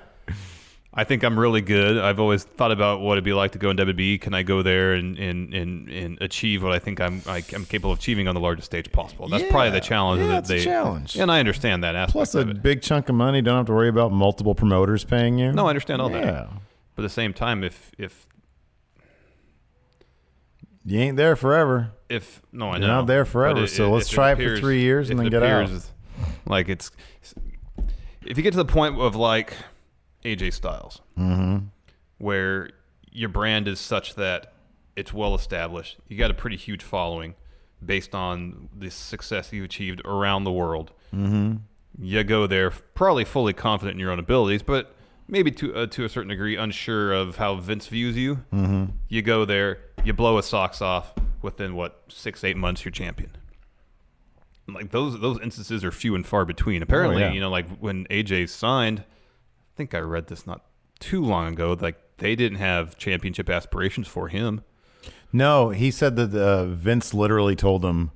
I think I'm really good. I've always thought about what it'd be like to go in WWE. Can I go there and and and, and achieve what I think I'm I, I'm capable of achieving on the largest stage possible? That's probably the Yeah. challenge. Yeah, that it's a they, challenge. and I understand that aspect. Plus a big chunk of money. Don't have to worry about multiple promoters paying you. No, I understand all Yeah. that. But at the same time, if if You ain't there forever. if no, I You're know not there But forever, so let's try it for three years and then if get out. Like it's if you get to the point of like AJ Styles, Mhm. where your brand is such that it's well established, you got a pretty huge following based on the success you achieved around the world. Mhm. You go there probably fully confident in your own abilities, but maybe to uh, to a certain degree unsure of how Vince views you. Mhm. You go there, you blow his socks off. Within what six eight months, you're champion. Like those those instances are few and far between. Apparently, Oh, yeah. you know, like when AJ signed, I think I read this not too long ago. Like they didn't have championship aspirations for him. No, he said that uh, Vince literally told him,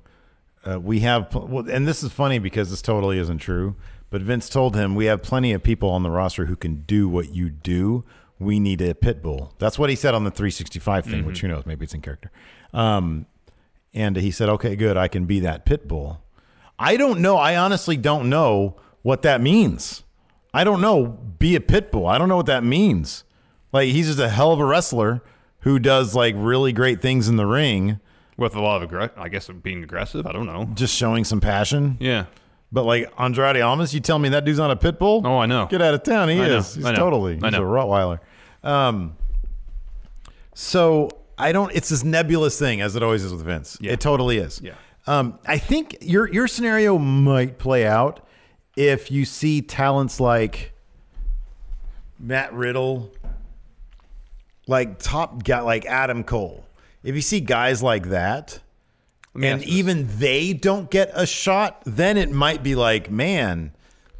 uh, "We have," pl- well, and this is funny because this totally isn't true. But Vince told him, "We have plenty of people on the roster who can do what you do. We need a pit bull." That's what he said on the 365 thing, which Mhm. who knows, maybe it's in character. Um, and he said, "Okay, good, I can be that pit bull." I don't know. I honestly don't know what that means. I don't know. Be a pit bull. I don't know what that means. Like he's just a hell of a wrestler who does like really great things in the ring. With a lot of aggression, I guess being aggressive. I don't know. Just showing some passion. Yeah. But like Andrade Almas, you tell me that dude's not a pit bull? Oh, I know. Get out of town. He I know. is. I He's know. totally. He's I a know. Rottweiler. Um, so I don't. It's this nebulous thing, as it always is with Vince. It totally is. Yeah. Um, I think your your scenario might play out if you see talents like Matt Riddle, like top guy, like Adam Cole. If you see guys like that, and even they don't get a shot, then it might be like, man,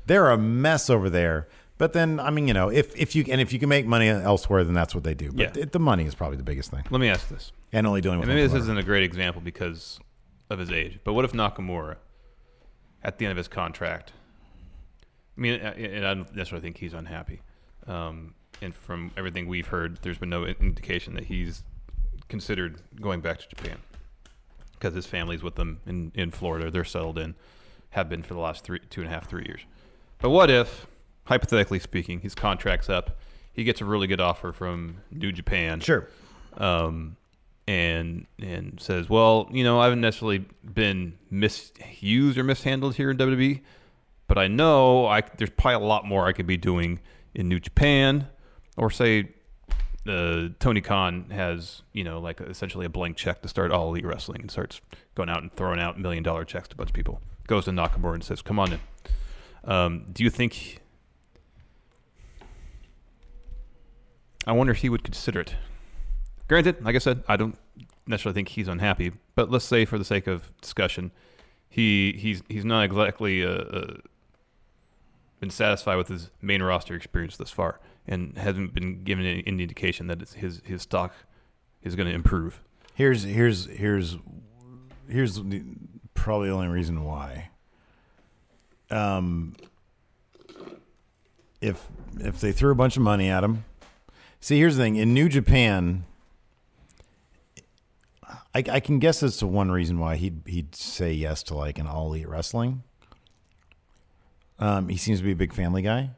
they're a mess over there. But then, I mean, you know, if if you and if you can make money elsewhere, then that's what they do. But Yeah. it- the money is probably the biggest thing. Let me ask this. And only dealing with And maybe this one isn't a great example because of his age, but what if Nakamura, at the end of his contract, I mean, uh, and I don't necessarily think he's unhappy. Um, and from everything we've heard, there's been no in- indication that he's considered going back to Japan because his family's with them in, in Florida. They're settled in, have been for the last three, two and a half, three years. But what if, hypothetically speaking, his contract's up, he gets a really good offer from New Japan, sure, um, and and says, well, you know, I haven't necessarily been misused or mishandled here in WWE, but I know I there's probably a lot more I could be doing in New Japan, or say. Uh, Tony Khan has, you know, like essentially a blank check to start all elite wrestling and starts going out and throwing out million dollar checks to a bunch of people. Goes to Nakamura and says, "Come on in." Um, do you think? I wonder if he would consider it. Granted, like I said, I don't necessarily think he's unhappy, but let's say for the sake of discussion, he he's he's not exactly uh, uh, been satisfied with his main roster experience thus far, and hasn't been given any, any indication that it's his his stock is going to improve. Here's here's here's here's the, probably the only reason why. Um, if if they threw a bunch of money at him, see here's the thing in New Japan. I, I can guess as to one reason why he'd he'd say yes to like an all elite wrestling. Um, he seems to be a big family guy.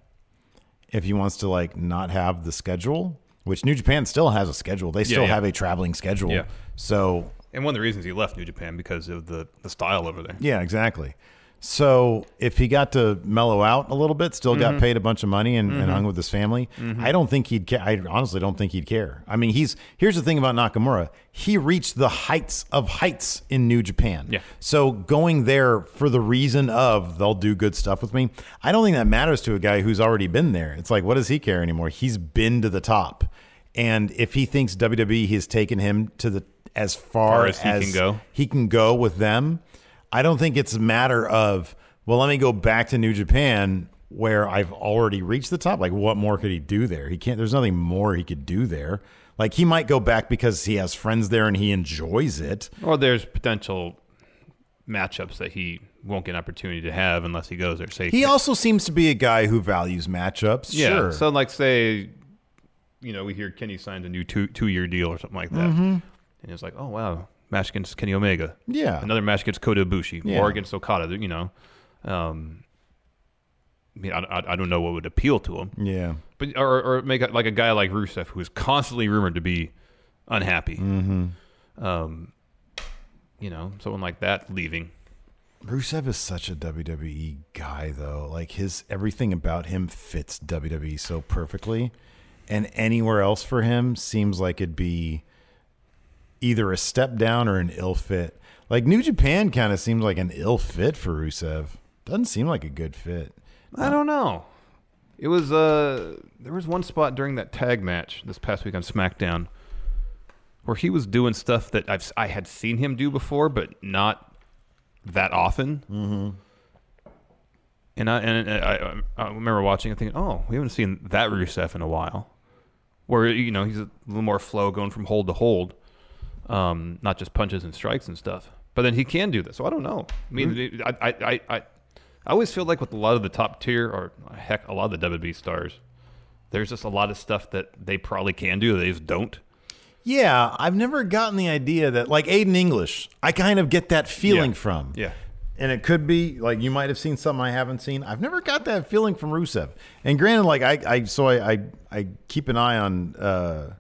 If he wants to like not have the schedule, which New Japan still has a schedule, they Yeah, still yeah. have a traveling schedule. Yeah. So And one of the reasons he left New Japan because of the the style over there. yeah, exactly. So if he got to mellow out a little bit, still Mhm. got paid a bunch of money and, Mhm. and hung with his family, Mhm. I don't think he'd. Ca- I honestly don't think he'd care. I mean, he's here's the thing about Nakamura. He reached the heights of heights in New Japan. Yeah. So going there for the reason of they'll do good stuff with me, I don't think that matters to a guy who's already been there. It's like, what does he care anymore? He's been to the top, and if he thinks WWE has taken him to the as far, Far as he can go. he can go with them. I don't think it's a matter of, well, let me go back to New Japan where I've already reached the top. Like, what more could he do there? He can't, there's nothing more he could do there. Like, he might go back because he has friends there and he enjoys it. Or there's potential matchups that he won't get an opportunity to have unless he goes there. Say He also seems to be a guy who values matchups. yeah. Sure. So like say, you know, we hear Kenny signed a new two two year deal or something like that, Mhm. and it's like, oh wow, match against Kenny Omega. Yeah. Another match against Kota Ibushi Yeah. or against Okada. You know, um, I mean, I, I, I don't know what would appeal to him. Yeah. But or, or make a, like a guy like Rusev who is constantly rumored to be unhappy. Mhm. Um, you know, someone like that leaving. Rusev is such a WWE guy, though. Like his everything about him fits WWE so perfectly, and anywhere else for him seems like it'd be either a step down or an ill fit. Like New Japan kind of seems like an ill fit for Rusev. Doesn't seem like a good fit. I don't know. It was uh there was one spot during that tag match this past week on SmackDown where he was doing stuff that I've I had seen him do before, but not that often. Mm-hmm. And I and I, um, I, I remember watching and thinking, oh, we haven't seen that Rusev in a while, where you know he's a little more flow going from hold to hold, um, not just punches and strikes and stuff. But then he can do this, so I don't know. I mean, I, I, I, I, I always feel like with a lot of the top tier or heck, a lot of the WWE stars, there's just a lot of stuff that they probably can do that they just don't. Yeah, I've never gotten the idea that like Aiden English, I kind of get that feeling Yeah. from. Yeah. And it could be like you might have seen something I haven't seen. I've never got that feeling from Rusev. And granted, like I, I so I, I, I keep an eye on uh,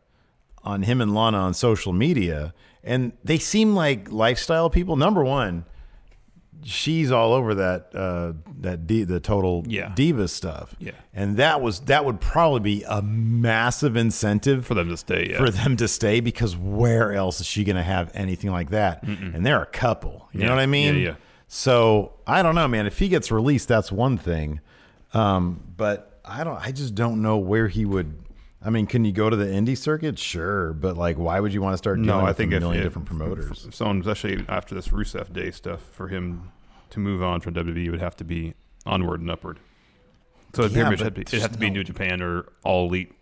on him and Lana on social media, and they seem like lifestyle people. Number one, she's all over that uh, that di- the total diva stuff. Yeah. and that was that would probably be a massive incentive for them to stay. Yeah. For them to stay because where else is she going to have anything like that? Mm-mm. And they're a couple. You Yeah. know what I mean? Yeah, yeah. So I don't know, man. If he gets released, that's one thing. Um, but I don't. I just don't know where he would. I mean, can you go to the indie circuit? Sure, but like, why would you want to start dealing No, I with think a if, million if- different promoters? [LAUGHS] If someone, especially after this Rusev Day stuff, for him to move on from WWE would have to be onward and upward. So it'd Yeah, pretty much but have to, it'd there's have to be New Japan or All Elite.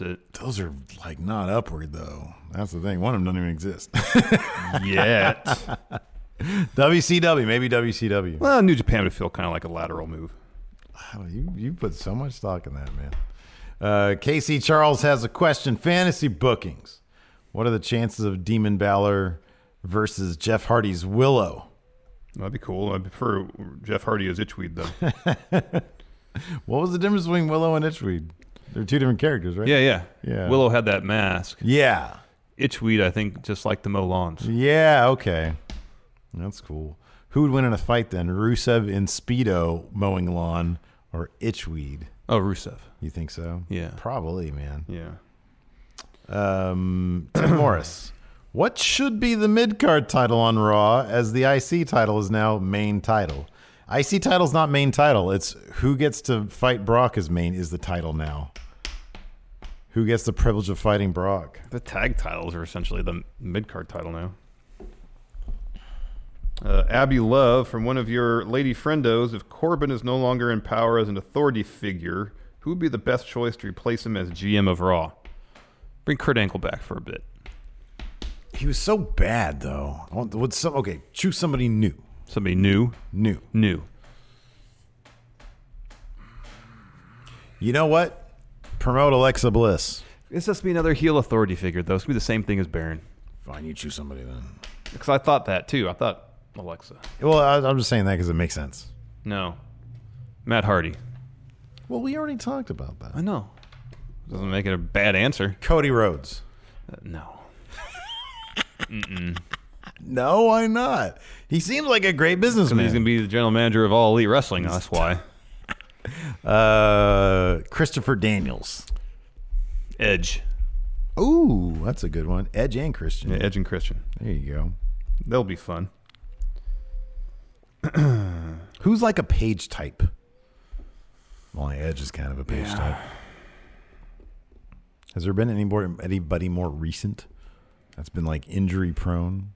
[LAUGHS] it. Those are like not upward though. That's the thing. One of them doesn't even exist [LAUGHS] Yet. WCW, maybe WCW. Well, New Japan would feel kind of like a lateral move. You you put so much stock in that, man. Uh, Casey Charles has a question. Fantasy bookings. What are the chances of Demon Balor versus Jeff Hardy's Willow? That'd be cool. I prefer Jeff Hardy as Itchweed though. What was the difference between Willow and Itchweed? They're two different characters, right? [LAUGHS] Yeah, yeah, yeah. Willow had that mask. Yeah. Itchweed, I think, just like the Molons. Yeah. Okay. That's cool. Who would win in a fight then? Rusev in speedo mowing lawn or Itchweed? Oh, Rusev. You think so? Yeah. Probably, man. Yeah. Um, Tim [COUGHS] Morris. What should be the mid card title on Raw as the IC title is now main title? IC title's not main title. It's who gets to fight Brock as main is the title now. Who gets the privilege of fighting Brock? The tag titles are essentially the mid card title now. Uh, Abby Love from one of your lady friendos. If Corbin is no longer in power as an authority figure, who would be the best choice to replace him as GM of Raw? Bring Kurt Angle back for a bit. He was so bad though. I want- What's some, okay? Choose somebody new. Somebody new. New. New. You know what? Promote Alexa Bliss. This has to be another heel authority figure, though. It's going to be the same thing as Baron. Fine, you choose somebody then. Because I thought that, too. I thought Alexa. Well, I, I'm just saying that because it makes sense. No. Matt Hardy. Well, we already talked about that. I know. Doesn't make it a bad answer. Cody Rhodes. Uh, no. Mm-mm. No, why not? He seems like a great businessman. He's going to be the general manager of All Elite Wrestling. That's why. Uh, Christopher Daniels. Edge. Ooh, that's a good one. Edge and Christian. Edge and Christian. There you go. They'll be fun. Who's like a page type? Well, Edge is kind of a page type. Has there been any more anybody more recent that's been like injury prone?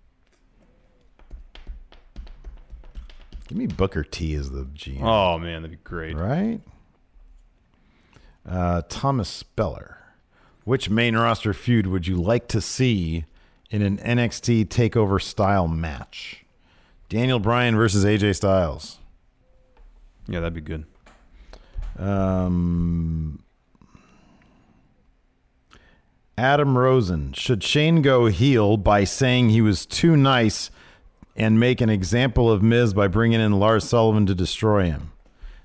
Give me Booker T as the GM. Oh, man. That'd be great. Right? Uh, Thomas Speller. Which main roster feud would you like to see in an NXT takeover style match? Daniel Bryan versus AJ Styles. Yeah, that'd be good. Um, Adam Rosen. Should Shane go heel by saying he was too nice and make an example of Miz by bringing in Lars Sullivan to destroy him?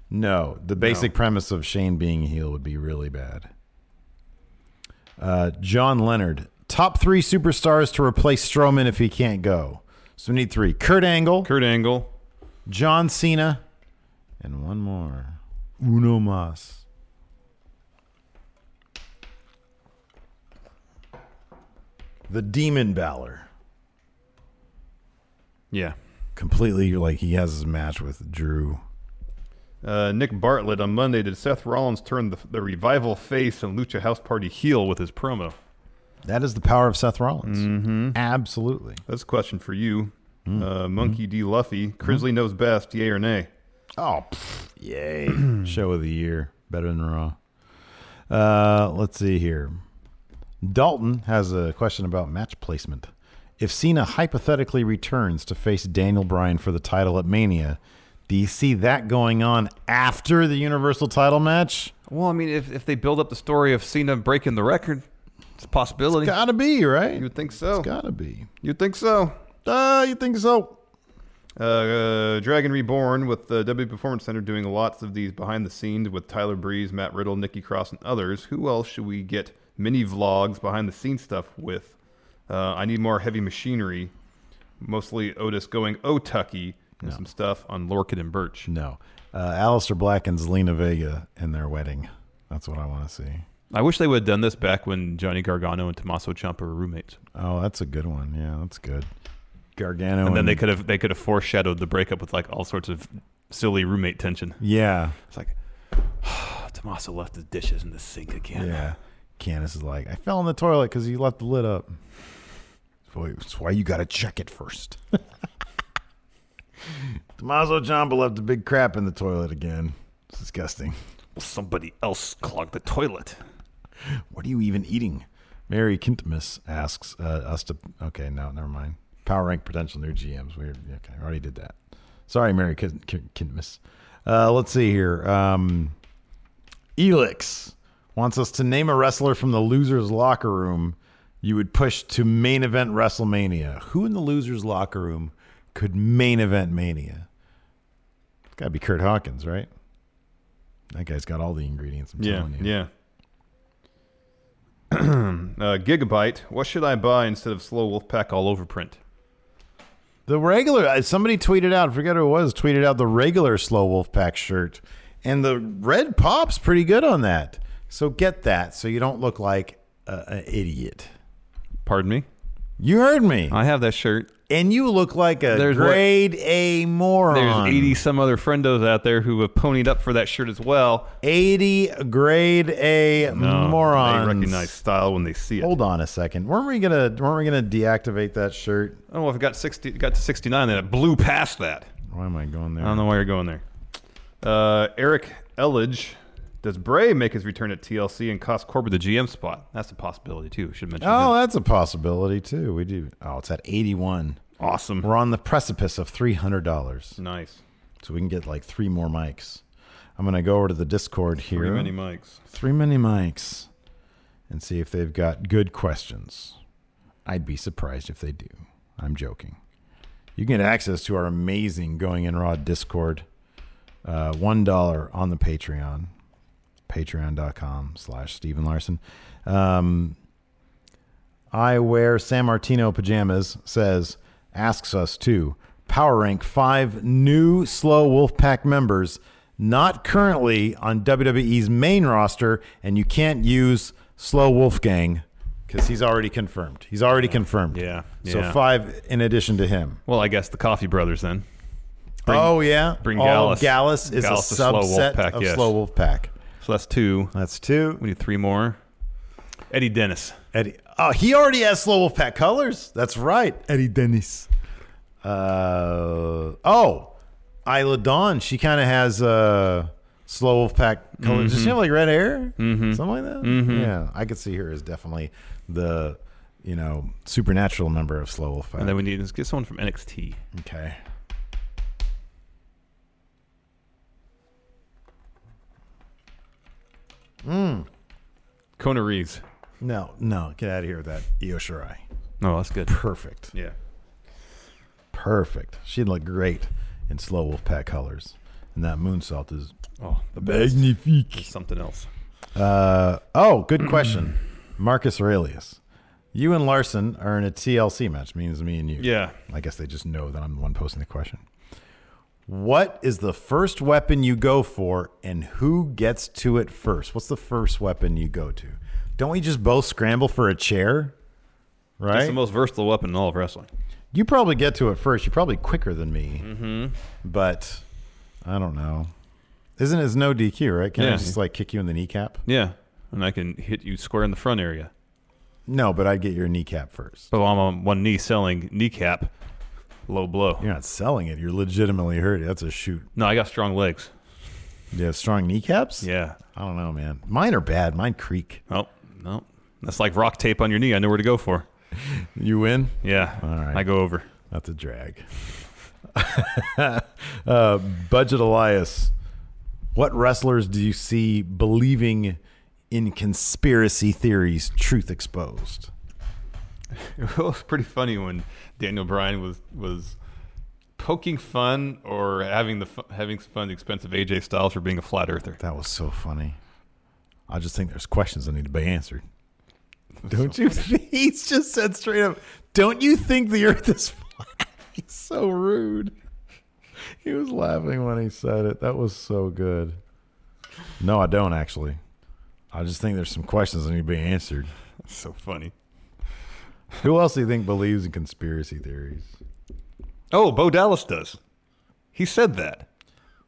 No. The basic premise of Shane being heel would be really bad. Uh, John Leonard. Top three superstars to replace Strowman if he can't go. So we need three Kurt Angle. Kurt Angle. John Cena. And one more. Uno mas. The Demon Balor. Yeah. Completely like he has his match with Drew. Uh, Nick Bartlett on Monday. Did Seth Rollins turn the, the revival face and Lucha House Party heel with his promo? That is the power of Seth Rollins. Absolutely. That's a question for you. Uh, Monkey D. Luffy. Crisley knows best, yay or nay? Oh, [CLEARS THROAT] yay. Show of the year. Better than Raw. Uh, let's see here. Dalton has a question about match placement. If Cena hypothetically returns to face Daniel Bryan for the title at Mania, do you see that going on after the Universal title match? Well, I mean, if, if they build up the story of Cena breaking the record, it's a possibility. It's gotta be, right? You would think so. It's gotta be. You'd think so. Uh, you think so? Uh, uh, Dragon Reborn with the W Performance Center doing lots of these behind the scenes with Tyler Breeze, Matt Riddle, Nikki Cross, and others. Who else should we get mini vlogs behind the scenes stuff with? Uh, I need more heavy machinery. Mostly Otis going oh Tucky and some stuff on Lorcan and Birch. No. Uh, Alistair Black and Zelina Vega in their wedding. That's what I want to see. I wish they would have done this back when Johnny Gargano and Tommaso Ciampa were roommates. Oh, that's a good one. Yeah, that's good. Gargano. and then they could have they could have foreshadowed the breakup with like all sorts of silly roommate tension. Yeah. It's like, [SIGHS] Tommaso left his dishes in the sink again. Yeah. Candace is like, I fell in the toilet because you left the lid up. Boy, That's why you got to check it first. [LAUGHS] Tommaso Ciampa left the big crap in the toilet again. It's disgusting. Well, somebody else clogged the toilet. What are you even eating? Mary Kintimus asks uh, us to. Okay, no, never mind. Power rank potential new GMs. We okay, already did that. Sorry, Mary Kin- Kin- Kintimus. Uh, let's see here. Um, Elix wants us to name a wrestler from the losers' locker room. You would push to main event WrestleMania. Who in the losers' locker room could main event Mania? It's got to be Kurt Hawkins, right? That guy's got all the ingredients. I'm Yeah, telling you. yeah. [CLEARS THROAT] uh, Gigabyte, what should I buy instead of Slow Wolfpack all over print? The regular uh, somebody tweeted out, I forget who it was, tweeted out the regular Slow Wolf Pack shirt, and the red pop's pretty good on that. So get that, so you don't look like a, an idiot. Pardon me. You heard me. I have that shirt. And you look like a There's what- grade A moron. There's 80 some other friendos out there who have ponied up for that shirt as well. 80 grade A No, morons. Oh, They recognize style when they see it. Hold on a second. Weren't we gonna weren't we gonna deactivate that shirt? I don't know if it got 60, got to 69, then it blew past that. Why am I going there? I don't know why you're going there. Uh, Eric Elledge, does Bray make his return at TLC and cost Corbin the GM spot? That's a possibility too. Should mention. Oh, that's a possibility too. We do. Oh, it's at eighty-one. Awesome. We're on the precipice of three hundred dollars. Nice. So we can get like three more mics. I'm gonna go over to the Discord here. Three mini mics. Three mini mics, and see if they've got good questions. I'd be surprised if they do. I'm joking. You can get access to our amazing Going in Raw Discord. Uh, One dollar on the Patreon. Patreon.com slash Stephen Larson. Um, I wear San Martino pajamas, says, asks us to power rank five new Slow Wolfpack members not currently on WWE's main roster, and you can't use Slow Wolfgang because he's already confirmed. He's already confirmed. Yeah. So yeah. five in addition to him. Well, I guess the Coffee Brothers then. oh, yeah. Bring All Gallus. Gallus is a Gallus is Slow subset Wolf Pack, of yes. Slow Wolf Pack. So that's two. That's two. We need three more. Eddie Dennis. Eddie. Oh, he already has Slow Wolfpack colors. That's right. Eddie Dennis. Uh, oh, Isla Dawn. She kind of has uh, Slow Wolfpack colors. Does she Mhm. have like red hair? Mhm. Something like that? Mhm. Yeah, I could see her as definitely the, you know, supernatural member of Slow Wolfpack. And then we need to get someone from NXT. Okay. Mm. Kona Reeves. No, no, get out of here with that. Io Shirai. Oh, that's good. Perfect. Yeah. Perfect. She'd look great in slow wolf pack colors. And that moonsault is oh the best. magnifique. There's something else. Uh, oh, good question. Marcus Aurelius. You and Larson are in a TLC match, means me and you. Yeah. I guess they just know that I'm the one posting the question. What is the first weapon you go for and who gets to it first? What's the first weapon you go to? Don't we just both scramble for a chair? Right? It's the most versatile weapon in all of wrestling. You probably get to it first. You're probably quicker than me. Mhm. But I don't know. Isn't it no DQ, right? Can I Yeah. just like kick you in the kneecap? Yeah. And I can hit you square in the front area. No, but I'd get your kneecap first. But Oh, I'm on one knee selling kneecap, low blow. You're not selling it. You're legitimately hurt. That's a shoot. No, I got strong legs. Yeah, strong kneecaps? Yeah. I don't know, man. Mine are bad. Mine creak. Oh, no. That's like rock tape on your knee. I know where to go for. You win? Yeah. All right. I go [LAUGHS] over. That's a drag. [LAUGHS] uh, Budget Elias, what wrestlers do you see believing in conspiracy theories, truth exposed? It was pretty funny when Daniel Bryan was was poking fun or having the fu- having some fun at the expense of AJ Styles for being a flat earther? That was so funny. I just think there's questions that need to be answered. Don't so you? [LAUGHS] He's just said straight up, "Don't you think the Earth is [LAUGHS] flat?" He's so rude. He was laughing when he said it. That was so good. No, I don't actually. I just think there's some questions that need to be answered. so funny. Who else do you think believes in conspiracy theories? Oh, Bo Dallas does. He said that.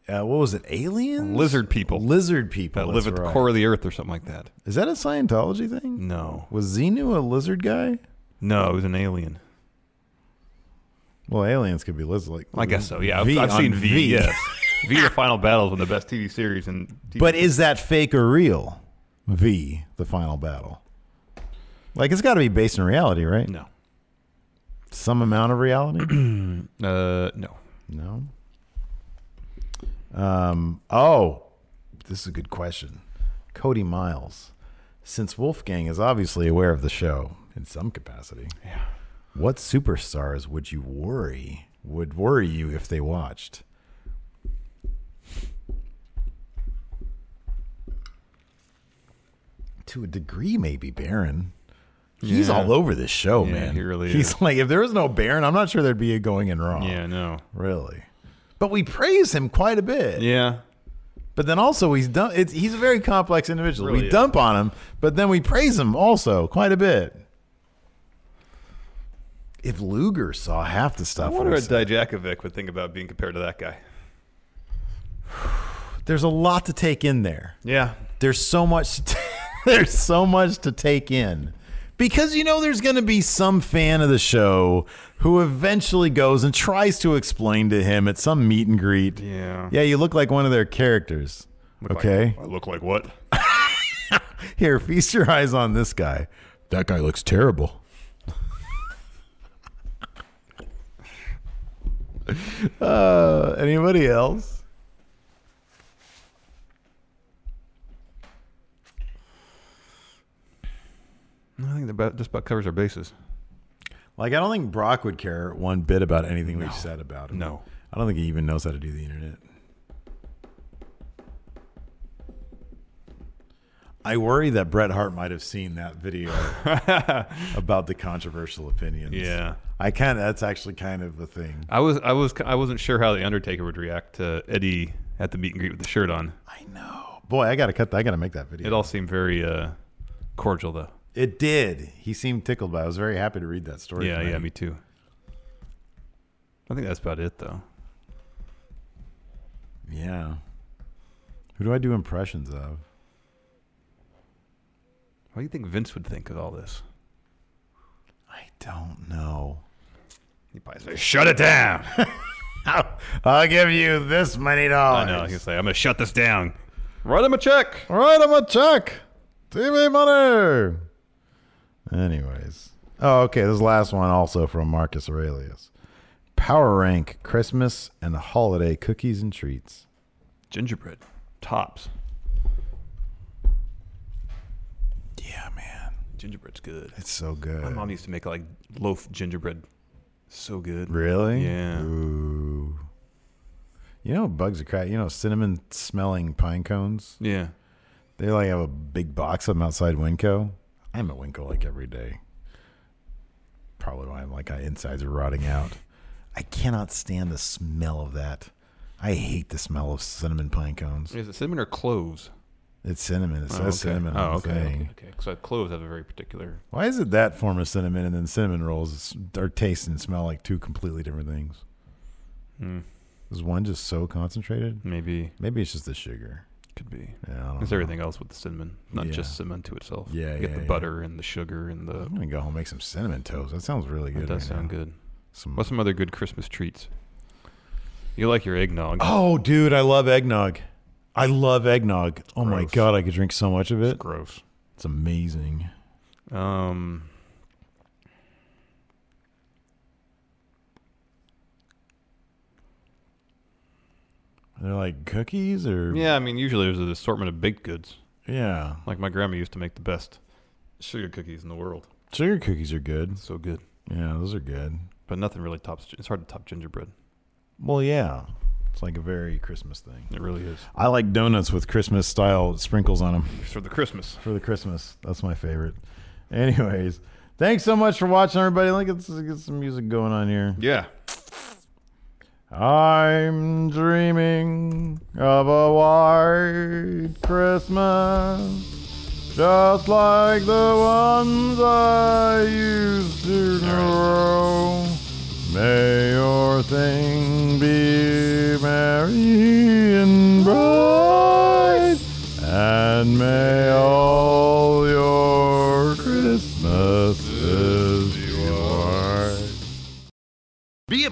Uh, what was it? Aliens? Lizard people. Lizard people that that's live at the right. core of Mm. the earth or something like that. Is that a Scientology thing? No. Was Xenu a lizard guy? No, it was an alien. Well, aliens could be lizard. Like I guess so. Yeah, I've, V I've on seen V. Yes, V: The Final Battle is one of the best TV series, and TV But is that fake or real? V, the final battle. Like it's got to be based in reality, right? No. Some amount of reality. uh, no, no. Um. Oh, this is a good question. Cody Miles, since Wolfgang is obviously aware of the show in some capacity, yeah. What superstars would you worry would worry you if they watched? To a degree, maybe Baron. He's Yeah. all over this show, Yeah, man. he really He's is. like, if there was no Baron, I'm not sure there'd be a going in wrong. yeah, no, Really. But we praise him quite a bit. yeah. But then also he's dump, it's, he's a very complex individual. Really we is. dump on him, but then we praise him also quite a bit. If Luger saw half the I stuff, wonder we what saw- Dijakovic would think about being compared to that guy. there's a lot to take in there. Yeah, There's so much to [LAUGHS] there's so much to take in. Because you know there's going to be some fan of the show who eventually goes and tries to explain to him at some meet and greet. Yeah. Yeah, you look like one of their characters. Look okay. Like, I look like what? Here, feast your eyes on this guy. That guy looks terrible. uh, anybody else? I think that about, just about covers our bases. Like, I don't think Brock would care one bit about anything we've said about him. No. I don't think he even knows how to do the internet. I worry that Bret Hart might have seen that [LAUGHS] video about the controversial opinions. [LAUGHS] Yeah. I kind of, that's actually kind of a thing. I was, I was, I wasn't sure how the Undertaker would react to Eddie at the meet and greet with the shirt on. Boy, I got to cut that. I got to make that video. It all seemed very uh, cordial, though. It did. He seemed tickled by. It. I was very happy to read that story. yeah, tonight. yeah, me too. I think that's about it, though. Yeah. Who do I do impressions of? What do you think Vince would think of all this? Don't know. [LAUGHS] He probably says, "Shut it [LAUGHS] down." I'll give you this many I dollars. know. Oh, He's like, "I'm gonna shut this down." Write him a check. Write him a check. TV money. Anyways. Oh, okay. This last one also from Marcus Aurelius. Power rank Christmas and holiday cookies and treats. Gingerbread tops. Yeah, man. Gingerbread's good. It's so good. My mom used to make like loaf gingerbread. So good. Really? Yeah. Ooh. You know, what bugs are crap. You know, cinnamon smelling pine cones. Yeah. They like have a big box of them outside Winco. I'm at Winco like every day. Probably why I'm like my insides are rotting out. I cannot stand the smell of that. I hate the smell of cinnamon pine cones. Is it cinnamon or cloves? It's cinnamon. It says okay. cinnamon on Oh, the okay. thing. Okay. okay. So cloves have a very particular. Why is it that form of cinnamon and then cinnamon rolls is- are taste and smell like two completely different things? Hmm. Is one just so concentrated? Maybe. Maybe it's just the sugar. Could be. Yeah, I don't It's know. everything else with the cinnamon, not Uh-huh. Yeah. just cinnamon to itself. Yeah, You get yeah, the yeah. butter and the sugar and the. I'm gonna go home and make some cinnamon toast. That sounds really good. That does right sound now. good. Some- What's some other good Christmas treats? You like your eggnog? Oh, dude, I love eggnog. I love eggnog. oh my gross. god, I could drink so much of it. It's gross. It's amazing. Um. They're like cookies or Yeah, I mean, usually there's an assortment of baked goods. Yeah. Like my grandma used to make the best sugar cookies in the world. Sugar cookies are good. So good. Yeah, those are good. But nothing really tops. It's hard to top gingerbread. Well, yeah. It's like a very Christmas thing. It really is. I like donuts with Christmas style sprinkles on them. For the Christmas. For the Christmas. That's my favorite. Anyways, thanks so much for watching, everybody. Let's get some music going on here. Yeah. I'm dreaming of a white Christmas, just like the ones I used to know. May your thing be merry and bright, and may all your Christmases be white. Be a